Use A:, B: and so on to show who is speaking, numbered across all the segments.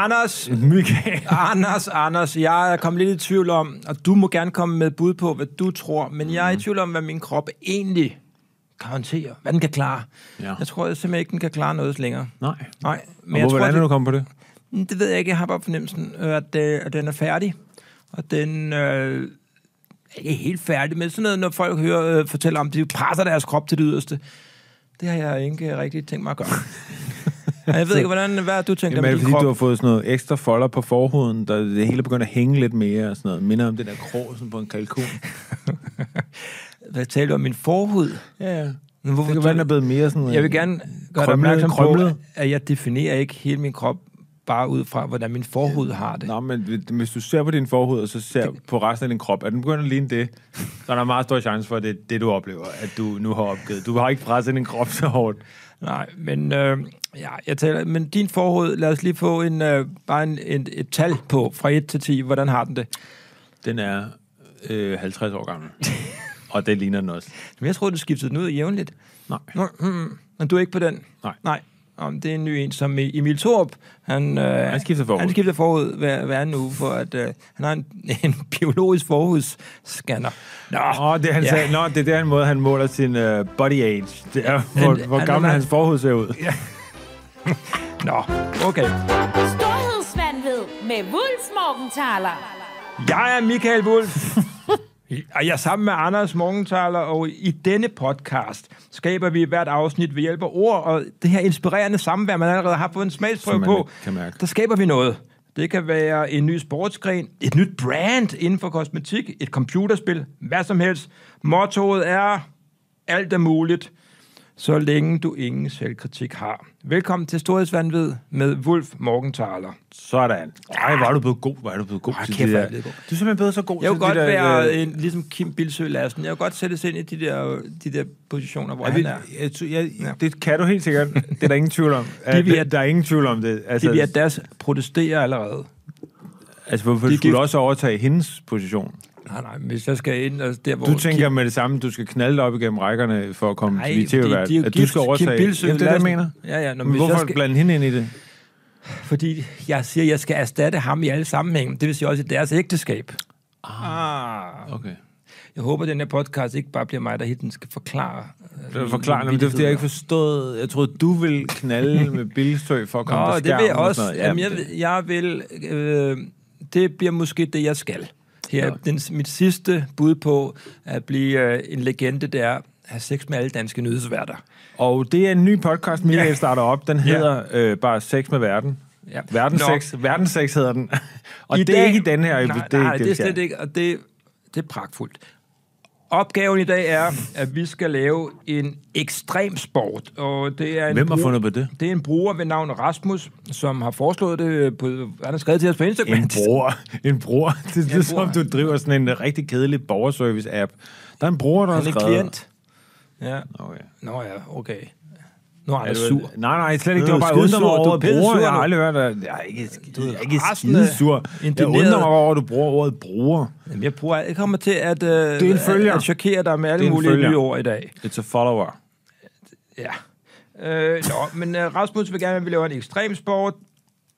A: Anders, Michael. Anders, Anders, jeg er kommet lidt i tvivl om, og du må gerne komme med bud på, hvad du tror, men jeg er i
B: Mhm.
A: tvivl om, hvad min krop egentlig kan håndtere, hvad den kan klare.
B: Ja.
A: Jeg tror simpelthen ikke, den kan klare noget længere.
B: Nej.
A: Nej, men
B: Men
A: jeg
B: og hvordan
A: tror,
B: er
A: det-
B: du kommet på det?
A: Mm, Det ved jeg ikke. Jeg har bare fornemmelsen, øh, at, øh, at den er færdig. Og den øh, er ikke helt færdig, men sådan noget, når folk hører, øh, fortæller om, de presser deres krop til det yderste. Det har jeg ikke rigtig tænkt mig at gøre. Og jeg ved ikke, hvordan, hvad har du tænkt
B: Jamen, er
A: om
B: det
A: din
B: fordi,
A: krop?
B: du har fået sådan noget ekstra folder på forhuden, der det hele begynder at hænge lidt mere og sådan noget? Minder om det der krog sådan på en kalkun.
A: Hvad taler du om min forhud?
B: Ja, ja.
A: Men Hvorfor
B: Det kan være, den er
A: taler-
B: blevet mere sådan...
A: jeg vil gerne gøre dig
B: krømlet-
A: opmærksom
B: krømlet.
A: på, at jeg definerer ikke hele min krop bare ud fra, hvordan min forhud har det.
B: Nå, men hvis du ser på din forhud, og så ser på resten af din krop, at den begynder at ligne det, så er der meget stor chance for, at det er det, du oplever, at du nu har opgivet. Du har ikke presset din krop så hårdt.
A: Nej, men, øh, ja, jeg taler, men din forhud, lad os lige få en, øh, bare en, en, et tal på fra 1 til 10. Hvordan har den det?
B: Den er øh, 50 år gammel. og det ligner den også.
A: Men jeg tror, du skiftede den ud jævnligt.
B: Nej.
A: Nå, mm, men du er ikke på den?
B: Nej.
A: Nej. Om det er en ny en, som E- Emil Thorup, han, øh, han,
B: skifter forhud.
A: han skifter forhud hver, hver anden uge, for at øh, han har en, en biologisk forhudsscanner. Nå,
B: Åh, oh, det, han
A: Ja.
B: ja. sagde, Nå, det er den måde, han måler sin uh, body age. Det er, hvor,
A: Han-
B: hvor
A: han-
B: gammel
A: han-
B: hans forhud ser ud.
A: nå, okay.
C: Storhedsvandved med Wulfs Morgenthaler.
A: Jeg er Michael Wolf, og jeg er sammen med Anders Morgenthaler, og i denne podcast skaber vi hvert afsnit ved hjælp af ord, og det her inspirerende samvær, man allerede har fået en smagsprøve
B: Som man
A: på,
B: kan mærke.
A: der skaber vi noget. Det kan være en ny sportsgren, et nyt brand inden for kosmetik, et computerspil, hvad som helst. Mottoet er, alt er muligt, så længe du ingen selvkritik har. Velkommen til Storhedsvandved med Wolf Morgenthaler.
B: Sådan. Ej, hvor er du blevet god. Hvor er du blevet god
A: Ej,
B: til
A: kæft,
B: det
A: hvor er
B: der.
A: jeg blevet
B: Du
A: god.
B: er simpelthen blevet så god
A: Jeg
B: til
A: kunne godt
B: det der.
A: være
B: øh,
A: en, ligesom Kim Bilsø Lassen. Jeg kunne godt sætte ind i de der, øh, de der positioner, hvor
B: er
A: han
B: vi,
A: er.
B: jeg, tror- jeg,
A: Ja.
B: Det kan du helt sikkert. Det er der ingen tvivl om.
A: Det vi er-
B: der er ingen tvivl om det. Altså,
A: Det bliver deres protesterer allerede.
B: altså hvorfor
A: de er
B: skulle du
A: gift.
B: også overtage hendes position?
A: Nej, nej, hvis jeg skal ind, altså der, hvor...
B: Du tænker med det samme, du skal knalde dig op igennem rækkerne for at komme
A: Nej,
B: til dit
A: fordi
B: tv
A: de er jo
B: -vært. At du
A: gift.
B: skal
A: Kim
B: overtage...
A: Bildsøe
B: Jamen, det er det, jeg
A: Lassen.
B: mener.
A: Ja, ja, nå, men
B: Men
A: hvis jeg
B: hvorfor
A: skal-
B: blande hende ind i det?
A: Fordi jeg siger, at jeg skal erstatte ham i alle sammenhænge. Det vil sige også i deres ægteskab. Ah.
B: Okay.
A: Jeg håber, at den her podcast ikke bare bliver mig, der hele tiden skal forklare. øh,
B: Det var
A: mine
B: forklare, men det er fordi, jeg ikke
A: vittigheder.
B: forstod. Jeg troede, du ville knalde med bilstøj for at komme
A: Nå,
B: på
A: det
B: skærmen.
A: vil jeg
B: og
A: også.
B: sådan noget.
A: Jamen,
B: Jamen,
A: jeg,
B: det-
A: vil- jeg vil... Øh, det bliver måske det, jeg skal. Her,
B: Nå.
A: den, mit sidste bud på at blive øh, en legende, det er at have sex med alle danske nyhedsværter.
B: Og det er en ny podcast, Michael
A: Ja.
B: starter op. Den hedder øh, bare Sex med verden.
A: Ja.
B: Ja. Verden,
A: Nå.
B: sex, verden sex hedder den. og I det er ikke i den her.
A: Nej,
B: det er,
A: nej,
B: ikke
A: det er
B: vi skal.
A: slet ikke, og det, det er pragtfuldt. Opgaven i dag er, at vi skal lave en ekstrem sport, og det er en
B: Hvem har
A: bruger-
B: fundet på det?
A: Det er en bruger ved navn Rasmus, som har foreslået det på... Han har skrevet til os på Instagram.
B: En bror. En bror. Det lyder som,
A: bror.
B: du driver sådan en rigtig kedelig borgerservice-app. Der er en bror, der
A: Han
B: har
A: er
B: skrevet...
A: klient. Ja.
B: Okay.
A: Nå ja, okay. Nu er
B: Er
A: han
B: du,
A: sur.
B: Nej, nej, slet
A: Du
B: ikke. Det
A: er
B: var bare
A: skidesur.
B: undret mig
A: Du er
B: over, at
A: pissesur
B: bruger. Jeg har
A: nu.
B: aldrig hørt, at jeg er ikke, jeg er ikke
A: rasende,
B: skidesur. Jeg
A: indigneret.
B: undrer mig over, at du bruger ordet bruger.
A: Jamen, jeg, bruger, jeg kommer til at, øh, det
B: en
A: at,
B: følger.
A: at chokere dig med
B: Det
A: alle
B: er en
A: mulige
B: følger.
A: nye ord i dag.
B: It's a follower.
A: Ja. Øh, nå, men øh, Rasmus vil gerne, at vi laver en ekstrem sport.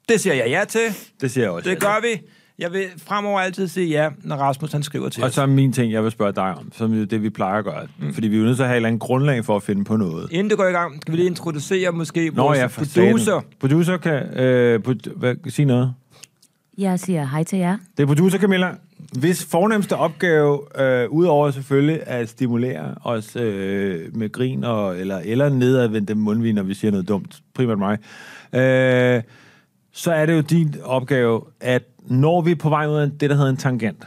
A: Det siger jeg ja til.
B: Det siger jeg også.
A: Det gør vi. Jeg vil fremover altid sige ja, når Rasmus han skriver til
B: Og
A: os.
B: så er min ting, jeg vil spørge dig om, som jo det, vi plejer at gøre. Mm. Fordi vi er jo nødt til at have et eller andet grundlag for at finde på noget.
A: Inden det går i gang, skal vi lige introducere måske
B: Nå,
A: vores
B: ja, for satan.
A: producer.
B: Producer kan... Øh, produ- hvad, sige noget.
D: Jeg siger hej til jer.
B: Det er producer Camilla, hvis fornemmeste opgave, øh, udover selvfølgelig at stimulere os øh, med grin og, eller, eller nedadvendte mundvin, når vi siger noget dumt, primært mig, øh, så er det jo din opgave, at når vi er på vej ud af det, der hedder en tangent,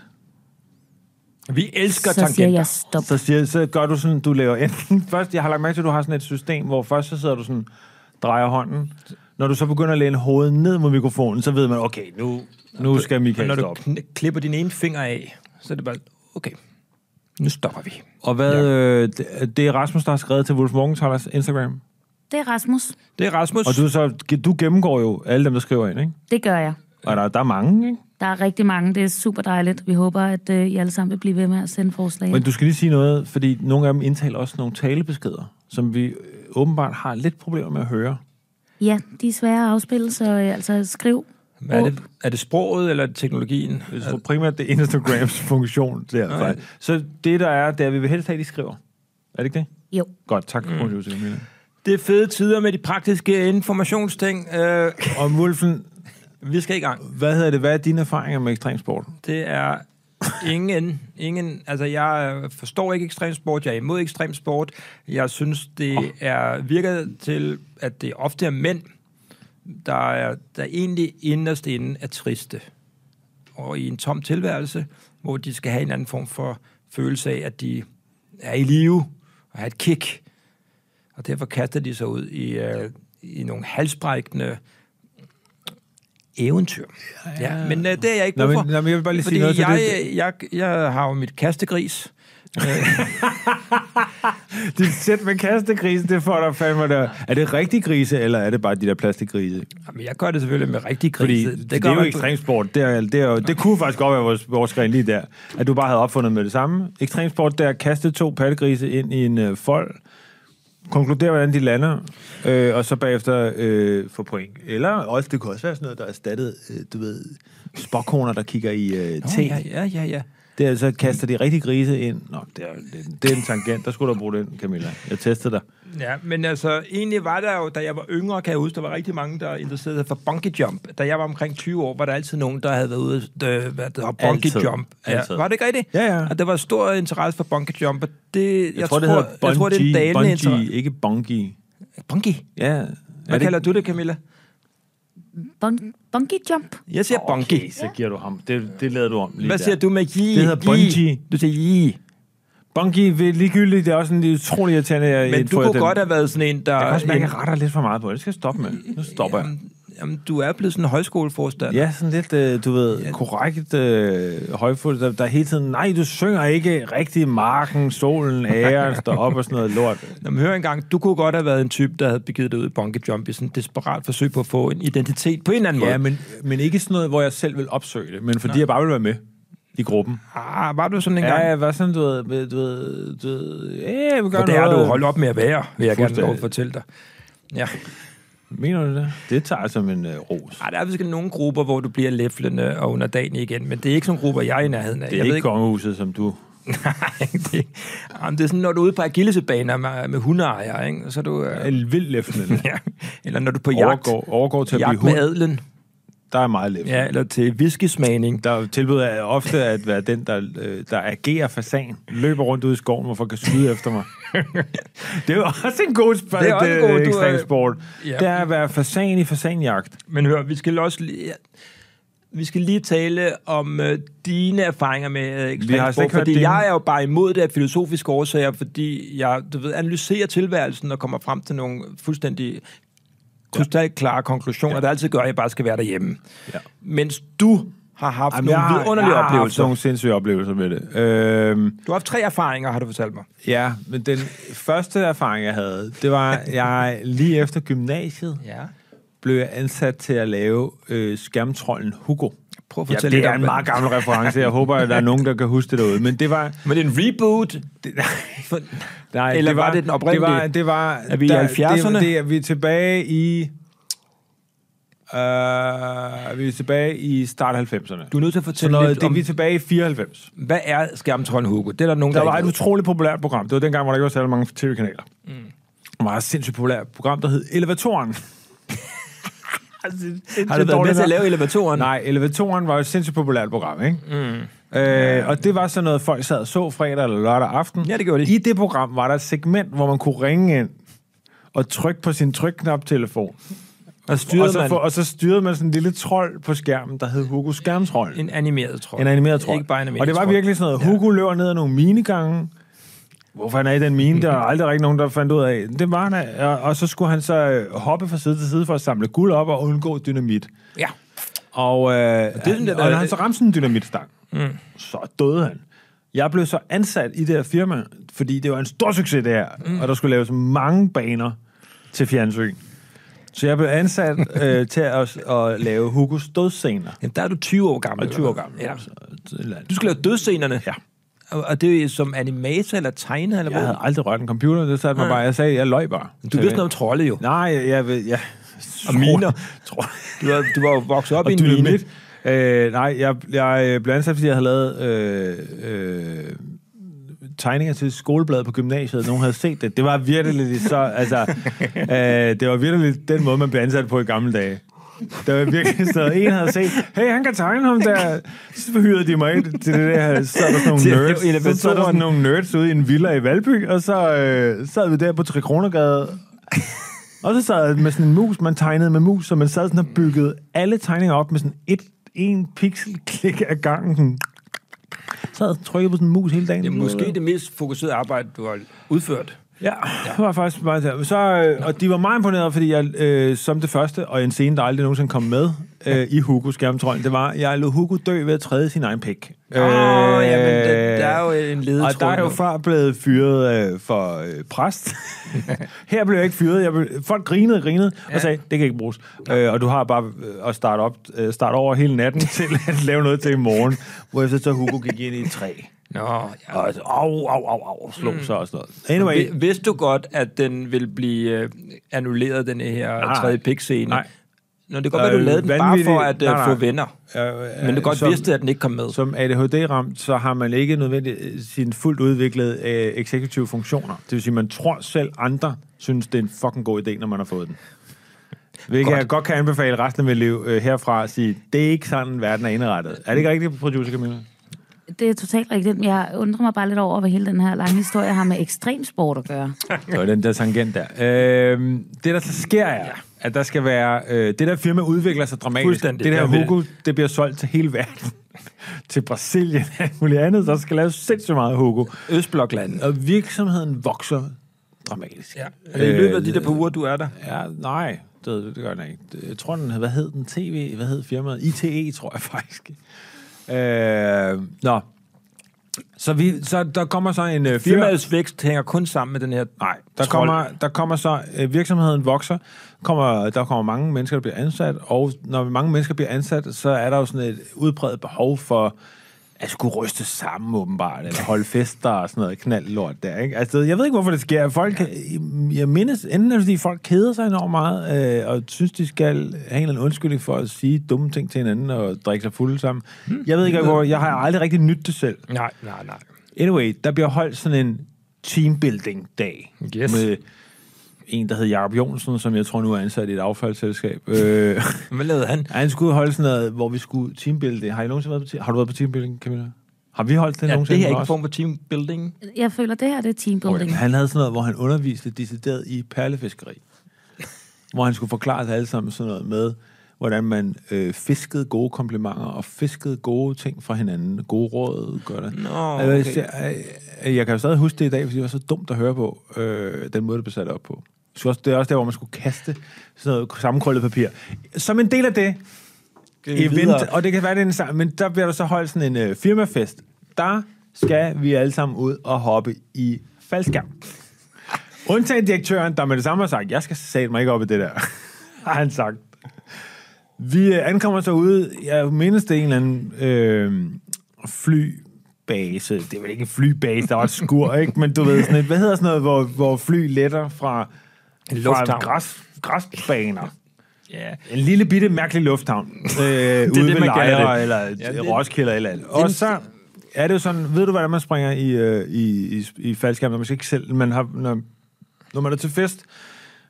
A: Vi elsker
D: Så siger
A: tangenter.
D: jeg stop.
B: så, siger, så gør du sådan, du laver enten... Først, jeg har lagt mærke til, at du har sådan et system, hvor først så sidder du sådan, drejer hånden. Når du så begynder at læne hovedet ned mod mikrofonen, så ved man, okay, nu, nu skal
A: Og
B: Michael
A: når du
B: stoppe.
A: kn- klipper din ene finger af, så er det bare, okay, nu stopper vi.
B: Og hvad, øh, det- det er Rasmus, der har skrevet til Wolf Morgenthalers Instagram.
D: Det er Rasmus.
A: Det er Rasmus.
B: Og du, så, du gennemgår jo alle dem, der skriver ind, ikke?
D: Det gør jeg.
B: Og der, der er mange, ikke?
D: Der er rigtig mange. Det er super dejligt. Vi håber, at øh, I alle sammen vil blive ved med at sende forslag.
B: Men du skal lige sige noget, fordi nogle af dem indtaler også nogle talebeskeder, som vi øh, åbenbart har lidt problemer med at høre.
D: Ja, de er svære at afspille, så øh, altså, skriv.
A: Hvad er, det, er det sproget eller er det teknologien?
B: Jeg tror primært, det er Instagrams funktion der.
A: Nej.
B: faktisk. Så det, der er, det er, at vi vil helst have, at de skriver. Er det ikke det?
D: Jo.
B: Godt, tak for mm. Camilla.
A: Det er fede tider med de praktiske informationsting. Øh,
B: Og Wolfen,
A: vi skal i gang.
B: hvad hedder det? Hvad er dine erfaringer med ekstremsport?
A: Det er ingen, ingen, altså jeg øh, forstår ikke ekstremsport, jeg er imod ekstremsport. Jeg synes, det oh. er virker til, at det ofte er mænd, der, er, der egentlig inderst inde er triste. Og i en tom tilværelse, hvor de skal have en anden form for følelse af, at de er i live og har et kick. Og derfor kaster de sig ud i, øh, i nogle halsbrækkende eventyr. Ja, ja. Men øh, det er jeg ikke
B: Nå,
A: god
B: men-
A: for.
B: nå, men jeg vil bare lige sige
A: fordi
B: noget til
A: jeg, jeg, jeg, jeg har jo mit kastegris.
B: Dit sæt med kastegrisen, det får dig fandme der. Er det rigtig grise, eller er det bare de der plastikgrise?
A: Jamen, jeg gør det selvfølgelig med rigtig
B: Fordi
A: grise.
B: det, det, det er jo
A: man på-
B: ekstremsport. Det, er, det, er jo, det kunne faktisk godt være vores, vores gren lige der, at du bare havde opfundet med det samme. Ekstremsport, der kaste to pattegrise ind i en øh, fold, konkludere, hvordan de lander, øh, og så bagefter øh, få point. Eller også, det kunne også være sådan noget, der er erstattet, øh, du ved, spokkoner, der kigger i øh,
A: Nå,
B: te.
A: Ja, ja, ja, ja.
B: Det er, så kaster de rigtig grise ind. Nå, det er, det, er- det er en tangent. Der skulle du bruge den, Camilla. Jeg testede dig.
A: Ja, men altså, egentlig var der jo, da jeg var yngre, kan jeg huske, der var rigtig mange, der interesserede sig for bungee jump. Da jeg var omkring 20 år, var der altid nogen, der havde været ude og øh, hvad det var, bungee
B: Altid.
A: jump. Ja,
B: Altid.
A: var det ikke rigtigt?
B: Ja, ja.
A: Og der var stor interesse for bungee jump, og det, jeg,
B: Jeg, jeg tror, det hedder bungee.
A: jeg tror, det er en dalende
B: bungee,
A: interesse.
B: ikke bungee.
A: Bungee?
B: Ja. Er
A: Hvad
B: det-
A: kalder du det, Camilla?
D: Bun- bungee jump.
A: Jeg siger bungee.
B: Okay, så giver du ham. Det, det lader du om lige
A: Hvad
B: der.
A: siger du med ji?
B: Det hedder bungee.
A: Du siger ji.
B: Bungee, ved ligegyldigt, det er også en lidt utrolig irriterende... Jeg
A: Men du
B: får
A: kunne
B: den.
A: godt have været sådan en, der...
B: Jeg kan også mærke,
A: en-
B: at jeg retter lidt for meget på det. Det skal jeg stoppe med. Nu stopper jeg.
A: Jamen, jamen, du er blevet sådan en højskoleforstander.
B: Ja, sådan lidt, øh, du ved, korrekt øh, højfuld, der, der hele tiden, nej, du synger ikke rigtig marken, solen, æren, står op og sådan noget lort.
A: Nå, men hør engang, du kunne godt have været en type, der havde begivet dig ud i bungee jump i sådan et desperat forsøg på at få en identitet på en eller anden
B: Ja,
A: måde.
B: men, men ikke sådan noget, hvor jeg selv vil opsøge det, men fordi jeg bare vil være med i gruppen.
A: Ah, var du sådan en
B: Ja,
A: gang?
B: jeg var sådan, du ved, du ved, du ved, øh, jeg vil gøre
A: For det er
B: noget.
A: du holdt op med at være, vil jeg gerne have
B: Fuldstændig.
A: lov at fortælle dig. Ja,
B: Mener du det? Det tager jeg som en øh, ros.
A: Ej, der er måske nogle grupper, hvor du bliver læflende og underdanig igen, men det er ikke sådan grupper, jeg er i nærheden af.
B: Det er
A: jeg
B: ikke
A: ved
B: kongehuset, som du
A: Nej, det, er ikke- Jamen, det er sådan, når du er ude på agillesebaner med, med hundeejere, ikke? så er du...
B: er
A: Øh,
B: vildt læftende.
A: ja. Eller når du er på jagt,
B: overgår, overgår til at blive
A: jagt med
B: hund.
A: adlen,
B: Der er meget læftende.
A: ja, eller til whiskysmagning.
B: Der tilbyder jeg ofte at være den, der, øh, der agerer fasan, løber rundt ude i skoven, hvorfor kan skyde efter mig. det er jo også en god sport,
A: Det er også en god- du er-
B: sport.
A: Ja.
B: Det er at være fasan i fasanjagt.
A: Men hør, vi skal også lige, vi skal lige tale om øh, dine erfaringer med øh,
B: Vi har slet
A: ekstremsport,
B: ikke hørt
A: fordi
B: dine.
A: jeg er jo bare imod det af filosofiske årsager, fordi jeg du ved, analyserer tilværelsen og kommer frem til nogle fuldstændig krystalklare konklusioner, ja. der altid gør, at jeg bare skal være derhjemme.
B: Ja.
A: Mens du har haft Jamen, nogle vidunderlige
B: jeg har haft
A: oplevelser.
B: nogle sindssyge oplevelser med det. Øhm,
A: Du har haft tre erfaringer, har du fortalt mig.
B: ja, men den første erfaring, jeg havde, det var, jeg lige efter gymnasiet
A: Ja.
B: blev jeg ansat til at lave øh, skærmtrollen Hugo.
A: Prøv at
B: Ja,
A: fortælle
B: det
A: lidt
B: er
A: om
B: en
A: det.
B: meget gammel reference. Jeg håber, at der er nogen, der kan huske det derude. Men det var...
A: Men det er en reboot.
B: Det,
A: For,
B: Nej,
A: Eller var det den oprindelige?
B: Det var, det var,
A: Er vi i 70'erne?
B: Det, det, er- vi er tilbage i... Øh, vi er tilbage i start 90'erne.
A: du er nødt til at
B: Sådan
A: fortælle
B: noget,
A: lidt
B: det,
A: om,
B: vi er tilbage i 94.
A: hvad er skærmtrollen Hugo? Det er der nogen,
B: Der
A: der,
B: var
A: ikke ved.
B: et utroligt populært program. Det var dengang, hvor der ikke var særlig mange tv-kanaler. Mm. Der var et sindssygt populært program, der hed Elevatoren.
A: Har du været med til at lave elevatoren?
B: Nej, Elevatoren var jo et sindssygt populært program, ikke? Mm. Øh, og det var sådan noget, folk sad og så fredag eller lørdag aften.
A: Ja, det gjorde de.
B: I det program var der et segment, hvor man kunne ringe ind og trykke på sin trykknap-telefon.
A: Og styrede
B: og, så
A: man
B: og så styrede man sådan en lille trold på skærmen, der hed Hugo Skærmtrold.
A: en animeret trold.
B: En animeret trold.
A: Ikke bare en animeret
B: Og det var
A: trold.
B: virkelig sådan noget, Hugo løber ned ad nogle minegange. Hvorfor han er i den mine, der er aldrig rigtig nogen, der fandt ud af. Det var han, af. og, og så skulle han så øh, hoppe fra side til side for at samle guld op og undgå dynamit.
A: Ja.
B: Og, øh, det,
A: den
B: han,
A: der-
B: og når han så ramte sådan en dynamitstang, mm. så døde han. Jeg blev så ansat i det her firma, fordi det var en stor succes det her, mm. og der skulle laves mange baner til fjernsyn. Så jeg blev ansat øh, til at, at lave Hugos dødsscener.
A: Jamen, der er du 20 år gammel.
B: Jeg er 20 år gammel.
A: Ja.
B: Så- eller-
A: Du skal lave dødsscenerne.
B: Ja.
A: Og- Og det er som animator eller tegner eller
B: Jeg havde
A: hvad?
B: aldrig rørt en computer, det satte mig bare. Jeg sagde, jeg løg bare.
A: Du ved noget om trolde jo.
B: Nej, jeg, jeg, ved- jeg
A: og miner.
B: Tror,
A: Du var, du var jo vokset op
B: og
A: i en mine.
B: dynamit. Øh, nej, jeg, jeg øh, blandede sig, fordi jeg havde lavet øh, øh, tegninger til skolebladet på gymnasiet. Nogen havde set det. Det var virkelig så... Altså, øh, det var virkelig den måde, man blev ansat på i gamle dage. Der var virkelig sådan noget. En havde set, hey, han kan tegne ham der. Så hyrede de mig ind til det der. Så er der sådan
A: Til
B: nogle nerds. Så,
A: elevatoren.
B: så er der sådan nogle nerds ude i en villa i Valby, og så øh, sad vi der på 3 kronergade og så sad jeg med sådan en mus, man tegnede med mus, og man sad sådan og byggede alle tegninger op med sådan et, en pixel klik af gangen. Sådan. Sad og trykkede på sådan en mus hele dagen.
A: Det er måske det mest fokuserede arbejde, du har udført.
B: Ja, det var faktisk meget der. Så, øh, og de var meget imponerede, fordi jeg øh, som det første, og en scene, der aldrig nogensinde kom med øh, i Hugo Skærmtrollen, det var, jeg lod Hugo dø ved at træde sin egen pik. Øh, Åh,
A: Åh, Ah, jamen, der- Øh, der er jo en ledetråd
B: Og der er jo
A: nu.
B: før blevet fyret øh, for øh, præst. Her blev jeg ikke fyret. Jeg blev, folk grinede og grinede ja. og sagde, det kan ikke bruges. Øh, og du har bare øh, at starte, op, øh, starte over hele natten til at lave noget til i morgen. Hvorefter så Hugo gik ind i et træ.
A: Nå, ja.
B: Og så, au, au, au, au, slog mm. så og sådan noget. Anyway,
A: Vi- Vidste du godt, at den ville blive øh, annulleret, den her
B: Nej.
A: tredje pikscene?
B: Nej.
A: Nå, det kan godt være, du
B: Øh,
A: lavede den bare
B: vanvittig-
A: for at øh,
B: nej, nej.
A: få venner.
B: Øh,
A: Men du godt
B: som,
A: vidste, at den ikke kom med.
B: Som ADHD-ramt, så har man ikke nødvendigt øh, sine fuldt udviklede øh, eksekutive funktioner. Det vil sige, man tror selv, andre synes, det er en fucking god idé, når man har fået den. Hvilket
A: Godt.
B: godt. jeg godt kan anbefale resten af mit liv øh, herfra at sige, det er ikke sådan, verden er indrettet. Er det ikke rigtigt, producer Camilla?
D: Det er totalt rigtigt. men Jeg undrer mig bare lidt over, hvad hele den her lange historie har med ekstremsport at gøre.
B: Det var den der tangent der. Øh, det, der så sker, er, at der skal være... Øh, det der firma udvikler sig dramatisk.
A: Fuldstændig.
B: Det der
A: Jeg ved det.
B: Hugo, det bliver solgt til hele verden. til Brasilien og alt muligt andet. Der skal laves sindssygt meget Hugo.
A: Østbloklandet.
B: Og virksomheden vokser dramatisk.
A: Ja. Er det i løbet af de der par uger, du er der?
B: Øh, Ja, nej, det, det gør den ikke. Jeg tror, den, hvad hed den? TV? Hvad hed firmaet? ITE, tror jeg faktisk. Øh, nå. Så, vi, så der kommer så en øh, firma...
A: Firmaets vækst hænger kun sammen med den her...
B: Nej, der
A: Trold.
B: kommer, der kommer så... Øh, virksomheden vokser. Kommer, der kommer mange mennesker, der bliver ansat. Og når mange mennesker bliver ansat, så er der jo sådan et udbredt behov for at skulle ryste sammen åbenbart, eller holde fester og sådan noget knald lort der, ikke? Altså, jeg ved ikke, hvorfor det sker. Folk, øh, jeg mindes, enten er det, fordi folk keder sig enormt meget, øh, og synes, de skal have en eller anden undskyldning for at sige dumme ting til hinanden og drikke sig fulde sammen. Jeg ved ikke, hvor, jeg har aldrig rigtig nydt det selv.
A: Nej, nej, nej.
B: Anyway, der bliver holdt sådan en teambuilding-dag.
A: Yes.
B: Med en, der hed Jacob Jonsen, som jeg tror nu er ansat i et affaldsselskab. Øh,
A: Hvad lavede han?
B: han skulle holde sådan noget, hvor vi skulle teambuilde. Har, I nogensinde været på, te- har du været på teambuilding, Camilla? Har vi holdt det
A: Ja,
B: nogensinde?
A: det her er ikke
B: også?
A: form for teambuilding.
D: Jeg føler, det her det er teambuilding.
B: Han havde sådan noget, hvor han underviste decideret i perlefiskeri. hvor han skulle forklare til alle sammen sådan noget med, hvordan man øh, fiskede gode komplimenter og fiskede gode ting fra hinanden. Gode råd, gør det.
A: Nå,
B: Altså,
A: okay.
B: jeg, jeg, jeg kan jo stadig huske det i dag, fordi det var så dumt at høre på, øh, den måde, det blev sat op på. Så også, det er også der, hvor man skulle kaste sådan noget sammenkrøllet papir. Som en del af det, event,
A: øh, videre.
B: og det kan være, det er en sang, men der bliver der så holdt sådan en øh, firmafest. Der skal vi alle sammen ud og hoppe i faldskærm. Undtagen direktøren, der med det samme har sagt, jeg skal sætte mig ikke op i det der, har han sagt. Vi øh, ankommer så ude, jeg mindes det er en eller anden øh, flybase. Det er vel ikke en flybase, der var et skur, ikke? Men du ved sådan et, hvad hedder sådan noget, hvor, hvor fly letter fra,
A: En
B: fra
A: lufthavn.
B: græs, græsbaner.
A: Ja.
B: En lille bitte mærkelig lufthavn. Øh, det ude
A: det, man
B: ved
A: kalder
B: Lejre,
A: det.
B: eller
A: Ja,
B: ja,
A: det-
B: Roskilde, eller alt. Og så er det jo sådan, ved du, hvordan man springer i, øh, i, i, i faldskærm, når man skal ikke selv, man har, når, når man er til fest,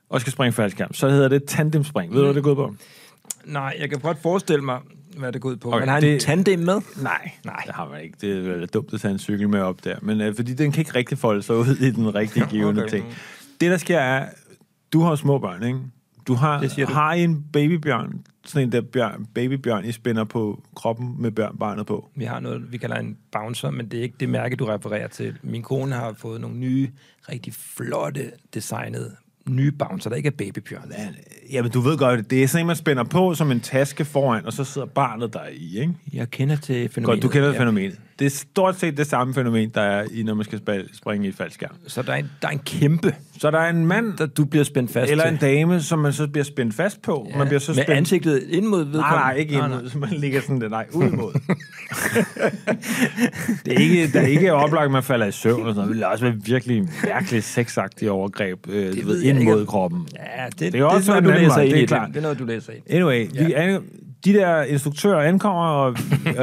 B: og skal springe faldskærm, så hedder det tandemspring. Ved du, hvad det går på?
A: Nej, jeg kan godt forestille mig, hvad det går ud på. Okay,
B: Okay,
A: man har en
B: det-
A: tandem med.
B: Nej,
A: Nej.
B: det har man ikke. Det er vel dumt at tage en cykel med op der. Men øh, fordi den kan ikke rigtig folde sig ud i den rigtige givende
A: Okay.
B: okay. ting. Det, der sker, er, du har jo små børn, ikke? Du har,
A: Det siger du.
B: har I en babybjørn, sådan en der bjørn, babybjørn, I spænder på kroppen med bjørn, barnet på.
A: Vi har noget, vi kalder en bouncer, men det er ikke det mærke, du refererer til. Min kone har fået nogle nye, rigtig flotte, designede, nye bouncer, der ikke er babybjørn.
B: Jamen, du ved godt, det er sådan en, man spænder på som en taske foran, og så sidder barnet der i, ikke?
A: Jeg kender til fænomenet.
B: Godt, du kender
A: Ja.
B: fænomenet. Det er stort set det samme fænomen, der er i, når man skal spal- springe i et faldskærm.
A: Så der er en, der er en kæmpe,
B: Så der er en mand
A: der du bliver spændt fast
B: eller
A: til.
B: en dame, som man så bliver spændt fast på. Ja, man bliver så
A: Med
B: spændt...
A: ansigtet ind mod
B: Nej,
A: vedkommende.
B: nej, ikke ind mod. Man ligger sådan der, nej, ud mod. det er ikke, der er ikke oplagt, at man falder i søvn og sådan noget. Det vil også være virkelig, virkelig sexagtige overgreb øh, det ved,
A: jeg
B: ind
A: ikke.
B: mod kroppen.
A: Ja, det, det,
B: er
A: er
B: også
A: også noget,
B: en
A: du
B: anden
A: læser
B: vej,
A: ind
B: det er
A: i det.
B: klart.
A: Det er noget, du læser ind.
B: Anyway, ja. vi, an- de der instruktører ankommer, og,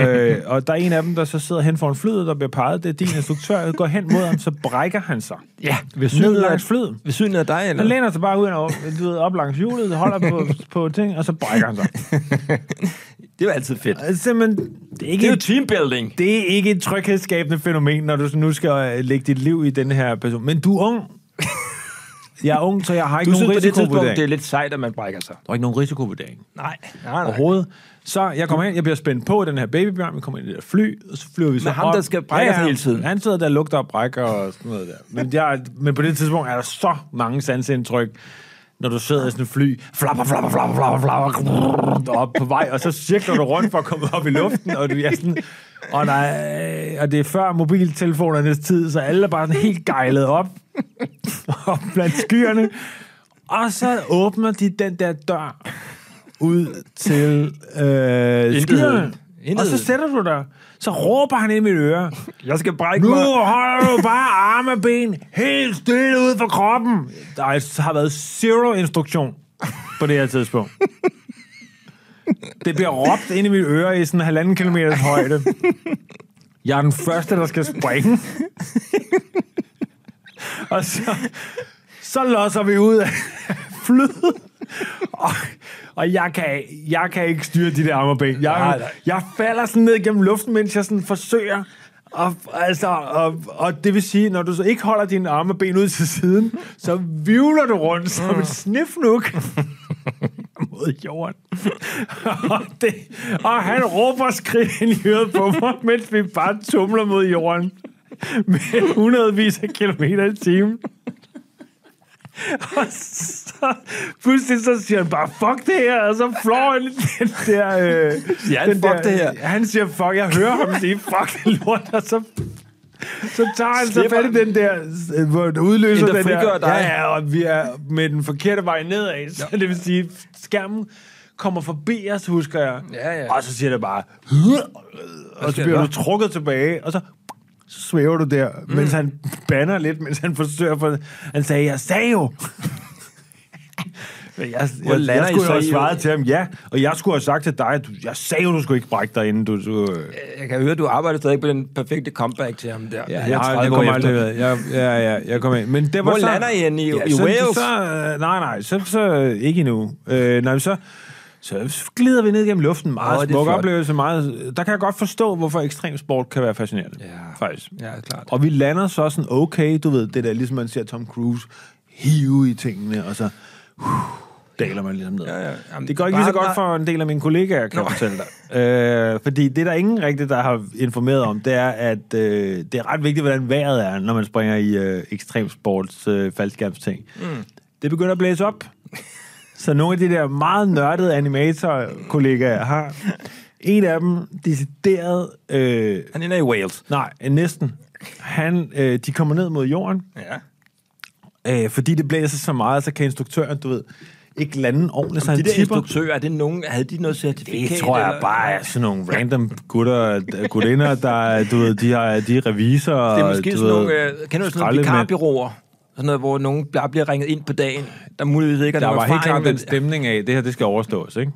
B: øh, og der er en af dem, der så sidder hen foran flyet, der bliver peget. Det er din instruktør, går hen mod ham, så brækker han sig.
A: Ja, ved
B: Ned
A: synet af,
B: langs flyet.
A: ved synet af dig, eller?
B: Han læner sig bare ud og du ved, op langs hjulet, holder på, på ting, og så brækker han sig.
A: Det er jo altid fedt.
B: Altså, Simpelthen, det er
A: Det
B: ikke
A: er jo teambuilding.
B: Det er ikke et tryghedsskabende fænomen, når du nu skal øh, lægge dit liv i den her person. Men du er ung. Jeg er ung, så jeg har ikke
A: Du
B: nogen
A: synes på det tidspunkt,
B: risikovurdering.
A: det er lidt sejt, at man brækker sig.
B: Der er ikke nogen risikovurdering
A: Nej, nej, nej.
B: overhovedet. Så jeg kommer hen, jeg bliver spændt på den her babybjørn, vi kommer ind i det der fly, og så flyver vi så
A: Men ham,
B: op.
A: der skal brække sig hele tiden.
B: Han sidder der og lugter og brækker og sådan noget der. Men, jeg, men på det tidspunkt er der så mange sansindtryk, når du sidder i sådan et fly, flapper, flapper, flapper, flapper, flapper, grrrr, op på vej, og så cirkler du rundt for at komme op i luften, og du er sådan, og, nej, og det er før mobiltelefonernes tid, så alle er bare sådan helt gejlet op, op blandt skyerne, og så åbner de den der dør, ud til øh, skiderne. Og så sætter du dig. Så råber han ind i mit øre.
A: Jeg skal brække
B: Nu
A: mig.
B: holder du bare arme og ben helt stille ud for kroppen. Der er- har været zero instruktion på det her tidspunkt. Det bliver råbt ind i mit øre i sådan en halvanden kilometers højde. Jeg er den første, der skal springe. Og så, så losser vi ud af flyet. Og, og jeg, kan, jeg kan ikke styre de der arme og ben.
A: Nej,
B: Jeg,
A: nej.
B: jeg falder sådan ned gennem luften, mens jeg sådan forsøger. Og, altså, og, og det vil sige, når du så ikke holder dine arme og ben ud til siden, så vivler du rundt
A: Mm.
B: som et snifnuk mod jorden. og, det, og han råber og skriger ind i øret på mig, mens vi bare tumler mod jorden med hundredvis af kilometer i timen. Og så pludselig så siger han bare, fuck det her, og så flår han den der... Øh,
A: Siger han,
B: den
A: "Fuck
B: der,
A: det her"?
B: Han siger, fuck, jeg hører ham sige, fuck det lort, og så så tager han så
A: Slipper
B: fat i den der, øh, hvor den udløser
A: En, der
B: den der.
A: frigør dig.
B: Ja, ja, og vi er med den forkerte vej nedad, så det vil sige, skærmen kommer forbi os, husker jeg.
A: Ja, ja.
B: Og så siger det bare, og så
A: sker
B: bliver
A: der?
B: du trukket tilbage, og så så svæver du der, mm. mens han banner lidt, mens han forsøger for... Han sagde, jeg sagde jo! Men jeg, jeg, jeg,
A: lander I
B: skulle
A: så
B: jo have
A: i-
B: svaret til ham, ja. Og jeg skulle have sagt til dig, du, jeg sagde jo, du skulle ikke brække dig, inden du... du øh,
A: Jeg kan høre, du arbejder stadig på den perfekte comeback til ham der.
B: Ja,
A: Her
B: jeg, har,
A: 30
B: jeg
A: år
B: kommer
A: efter.
B: aldrig ved. Jeg, ja, ja, jeg kommer ind. Men det var
A: Hvor
B: så,
A: lander I henne? I- i
B: så,
A: Wales?
B: Så, øh, nej, nej, så, så øh, ikke endnu. Øh, nej, så, så glider vi ned gennem luften.
A: Åh,
B: Meget oh,
A: det er
B: smuk
A: flot.
B: oplevelse. Meget, der kan jeg godt forstå, hvorfor ekstremsport kan være fascinerende.
A: Ja.
B: Faktisk.
A: Ja, klart.
B: Og vi lander så sådan okay, du ved, det der, ligesom man ser Tom Cruise hive i tingene, og så uh, daler man ligesom ned.
A: Ja, ja. Jamen,
B: det går ikke lige så
A: bare-
B: godt for en del af mine kollegaer, kan jeg fortælle dig. Øh, fordi det, der er ingen rigtigt, der har informeret om, det er, at øh, det er ret vigtigt, hvordan vejret er, når man springer i øh, ekstremsports øh, faldskærmsting. Mm. Det begynder at blæse op. Så nogle af de der meget nørdede animator-kollegaer jeg har, en af dem decideret øh,
A: Han ender i Wales.
B: Nej, øh, næsten. Han, øh, de kommer ned mod jorden,
A: Ja.
B: øh, fordi det blæser så meget, så kan instruktøren, du ved, ikke lande ordentligt, så
A: De
B: han
A: der
B: tipper.
A: instruktører, er det nogen, havde de noget certifikat?
B: Det tror jeg
A: eller-
B: bare er sådan nogle random gutter, gutinder, der, du ved, de, har, de er revisorer.
A: Det er måske
B: du
A: sådan
B: ved,
A: nogle, øh, kender du sådan nogle
B: skraldemænd.
A: vikarbyråer? Sådan noget, hvor nogen bare bliver ringet ind på dagen, der muligvis ikke er
B: Der
A: nogen
B: var helt klart
A: erfaring.
B: den stemning af, det her, det skal overstås, ikke?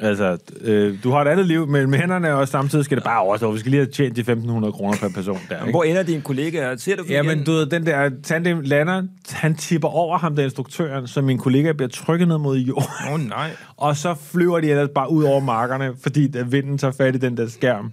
B: Altså, øh, du har et andet liv mellem hænderne, og samtidig skal det bare overstå. Vi skal lige have tjent de 1.500 kroner per person der, ikke?
A: Hvor ender dine kollegaer? Ser du dem igen?
B: Jamen, du ved, den der tandem lander, han tipper over ham, der er instruktøren, så min kollega bliver trykket ned mod jorden.
A: Åh, oh, nej.
B: Og så flyver de ellers bare ud over markerne, fordi da vinden tager fat i den der skærm.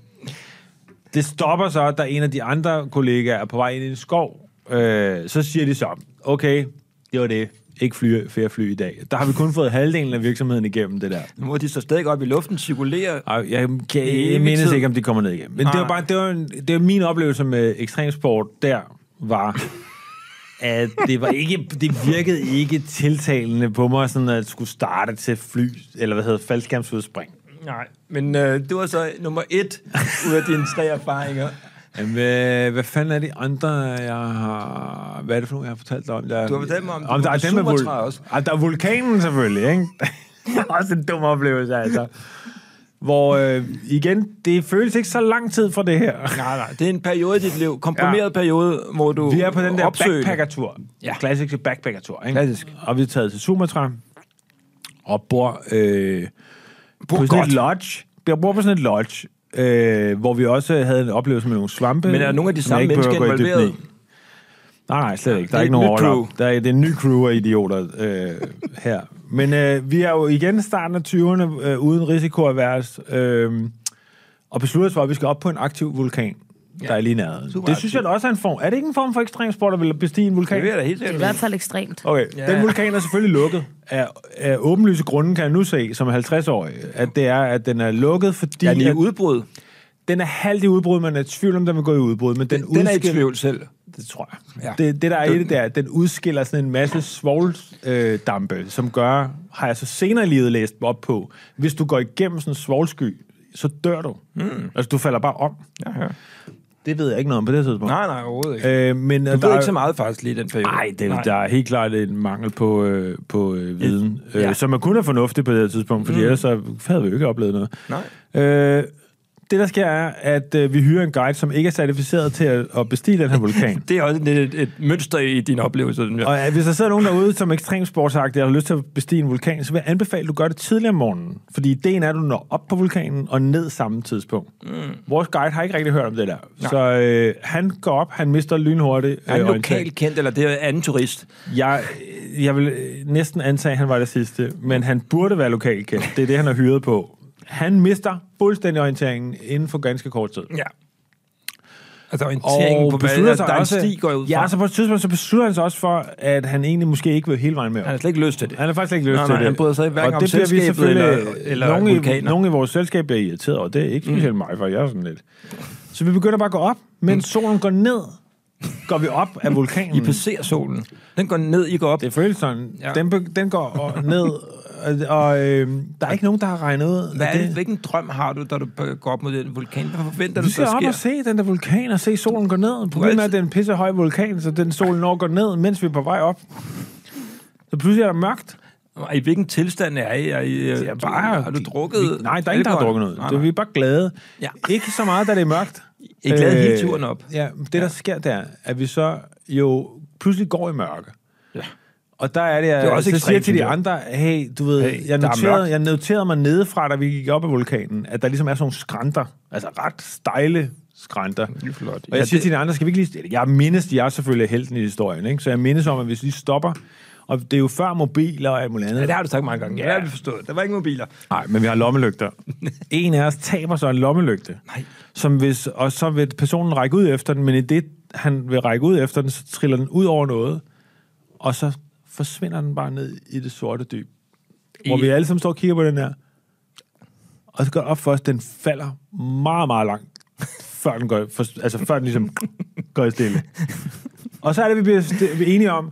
B: Det stopper så, da en af de andre kollegaer er på vej ind i en skov. Øh, så siger de så, okay, det var det. Ikke fly, flere fly i dag. Der har vi kun fået halvdelen af virksomheden igennem det der.
A: Nu må de så stadig op i luften, cirkulere.
B: Ej, Jeg, kan,
A: Evig
B: jeg mindes
A: tid.
B: ikke, om de kommer ned igen. Men det var,
A: nej.
B: bare, det, var en, det var min oplevelse med ekstremsport der var, at det, var ikke, det virkede ikke tiltalende på mig, sådan at skulle starte til fly, eller hvad hedder faldskærmsudspring.
A: Nej, men øh, det var så nummer et ud af dine tre erfaringer.
B: Jamen, hvad, hvad fanden er de andre, jeg har... Hvad er det for nogle, jeg har fortalt dig om? Der,
A: Du har fortalt mig om-
B: der,
A: du
B: er
A: var
B: dem med
A: på
B: vul-
A: Sumatra også.
B: Ah, der er vulkanen selvfølgelig, ikke? også en dum oplevelse, altså. Hvor, øh, igen, det føles ikke så lang tid fra det her.
A: Nej, nej, det er en periode i dit liv, komprimeret ja. periode, hvor du
B: Vi er på den der
A: opsøger det.
B: backpackertur. Ja. Klassiske backpackertur, ikke?
A: Klassisk.
B: Og vi er taget til Sumatra og bor, øh, bor på sådan
A: godt.
B: et lodge. Jeg bor på sådan et lodge, øh, hvor vi også havde en oplevelse med nogle svampe.
A: Men er nogle af de
B: som jeg
A: samme
B: ikke
A: mennesker
B: behøver at gå i dybden
A: involveret?
B: i. Nej, nej, slet ikke. Der
A: Det
B: er
A: er
B: ikke
A: et
B: nogen
A: nyt crew.
B: overlap. Der er, det er en ny crew af idioter øh, her. Men øh, vi er jo igen i starten af 20'erne øh, uden risiko at være øh, og beslutter os for, at vi skal op på en aktiv vulkan, ja. der er lige i nærheden.
A: Super
B: det synes jeg
A: aktiv.
B: da også er en form. Er det ikke en form for ekstremsport, at vil bestige en vulkan?
A: Det vil jeg da helt
D: Det er i
A: sikkert.
D: hvert fald ekstremt.
B: Okay,
A: Ja.
B: ja. den vulkan er selvfølgelig lukket. Af, af åbenlyse grunde kan jeg nu se, som 50-årig, at det er, at den er lukket, fordi
A: Ja, den er
B: at,
A: i udbrud.
B: den er halvt i udbrud, man er i tvivl om, den vil gå i udbrud. Men den,
A: Den, den er i
B: udskiller-
A: tvivl selv.
B: Det tror jeg.
A: Ja.
B: Ja. Det, det, der er i det der, den udskiller sådan en masse svovldampe, øh, dampe, som gør, har jeg så senere i livet læst mig op på, hvis du går igennem sådan en svovlsky, så dør du. Mm. Altså, du falder bare om.
A: Hmm. Ja, ja.
B: Det ved jeg ikke noget om på det tidspunkt.
A: Nej, nej, overhovedet ikke.
B: Øh, men
A: Du ved ikke så meget faktisk lige i den periode.
B: Nej, det, der er helt klart en mangel på, øh, på øh, viden, øh,
A: ja.
B: ja. som man kun er fornuftig på det her tidspunkt, fordi mm. ellers så havde vi jo ikke oplevet noget.
A: Nej.
B: Øh, det, der sker, er, at øh, vi hyrer en guide, som ikke er certificeret til at, at bestige den her vulkan.
A: Det er også lidt et, et mønster i din oplevelse. Den
B: Og øh, hvis der sidder nogen derude, som ekstremsportsagtig og har lyst til at bestige en vulkan, så vil jeg anbefale, at du gør det tidligere om morgenen. Fordi ideen er, at du når op på vulkanen og ned samme tidspunkt. Mm. Vores guide har ikke rigtig hørt om det der. Nej. Så øh, han går op, han mister lynhurtigt.
A: er han
B: øh, orientering.
A: lokalt kendt, eller det er anden turist?
B: Jeg, jeg vil øh, næsten antage, at han var det sidste, men han burde være lokalkendt. Det er det, han er hyret på. Han mister fuldstændig orienteringen inden for ganske kort tid.
A: Ja. Altså orienteringen på, hvad Altså, der, der er en sti, går jeg ud fra.
B: Ja, så på et tidspunkt så beslutter han sig også for, at han egentlig måske ikke vil hele vejen med op.
A: Han har slet ikke lyst til det.
B: Han har faktisk ikke lyst
A: Nej,
B: til
A: nej,
B: det.
A: han bryder sig hverken
B: Og
A: om
B: det bliver vi
A: selskabet
B: selvfølgelig-
A: eller- eller
B: nogle, i,
A: vulkaner.
B: nogle i vores selskab bliver irriteret over. Det er ikke specielt mm. mig, for jeg er sådan lidt. Så vi begynder bare at gå op, men mm. solen går ned. Går vi op af vulkanen.
A: I passerer solen. Den går ned, I går op.
B: Det føles sådan.
A: Ja.
B: Ja. Den, be- den går og- ned, og, og øh, der er ikke nogen, der har regnet ud.
A: Hvad
B: at
A: er det? Hvilken drøm har du, da du øh, går op mod den vulkan? Hvad forventer du, der
B: Vi skal op og
A: sker?
B: se den der vulkan, og se solen gå ned. Problemet er, at det er en pissehøj vulkan, så den sol når går ned, mens vi er på vej op. Så pludselig er der mørkt.
A: Og I hvilken tilstand er I? Er I øh,
B: Ja, bare,
A: har du drukket?
B: Vi, nej, der er ingen, der har
A: alkohol?
B: drukket noget.
A: Nej,
B: Det,
A: nej.
B: vi er bare glade.
A: Ja.
B: Ja. Ikke så meget, da det er mørkt. Øh,
A: I er glade hele turen op.
B: Ja, det der sker der, at vi så jo pludselig går i mørke.
A: Ja.
B: Og der er det, jeg
A: Det er også
B: så
A: ekstremt,
B: siger jeg til de
A: synes jeg.
B: andre, hey, du ved,
A: Hey,
B: hey,
A: der er
B: jeg,
A: mørkt.
B: noterede, jeg noterede mig nedefra, da vi gik op ad vulkanen, at der ligesom er sådan nogle skrænter, altså ret stejle skrænter.
A: Det er flot.
B: Og jeg
A: Ja,
B: ja, siger
A: det-
B: til de andre, skal vi ikke lige... Jeg mindes, jeg er selvfølgelig helten i historien, ikke? så jeg mindes om, at hvis vi lige stopper, og det er jo før mobiler og alt muligt andet.
A: Ja, det har du sagt mange gange. Ja. Det har vi forstået. Der var ikke mobiler.
B: Nej, men vi har lommelygter. En af os taber så en lommelygte.
A: Nej.
B: Som hvis, og så vil personen række ud efter den, men i det, han vil række ud efter den, så triller den ud over noget, og så forsvinder den bare ned i det sorte dyb. I... Hvor vi alle sammen står og kigger på den her. Og så går det op for os, den falder meget, meget langt, før den, går, for, altså før den ligesom går i stille. Og så er det, vi bliver st- enige om,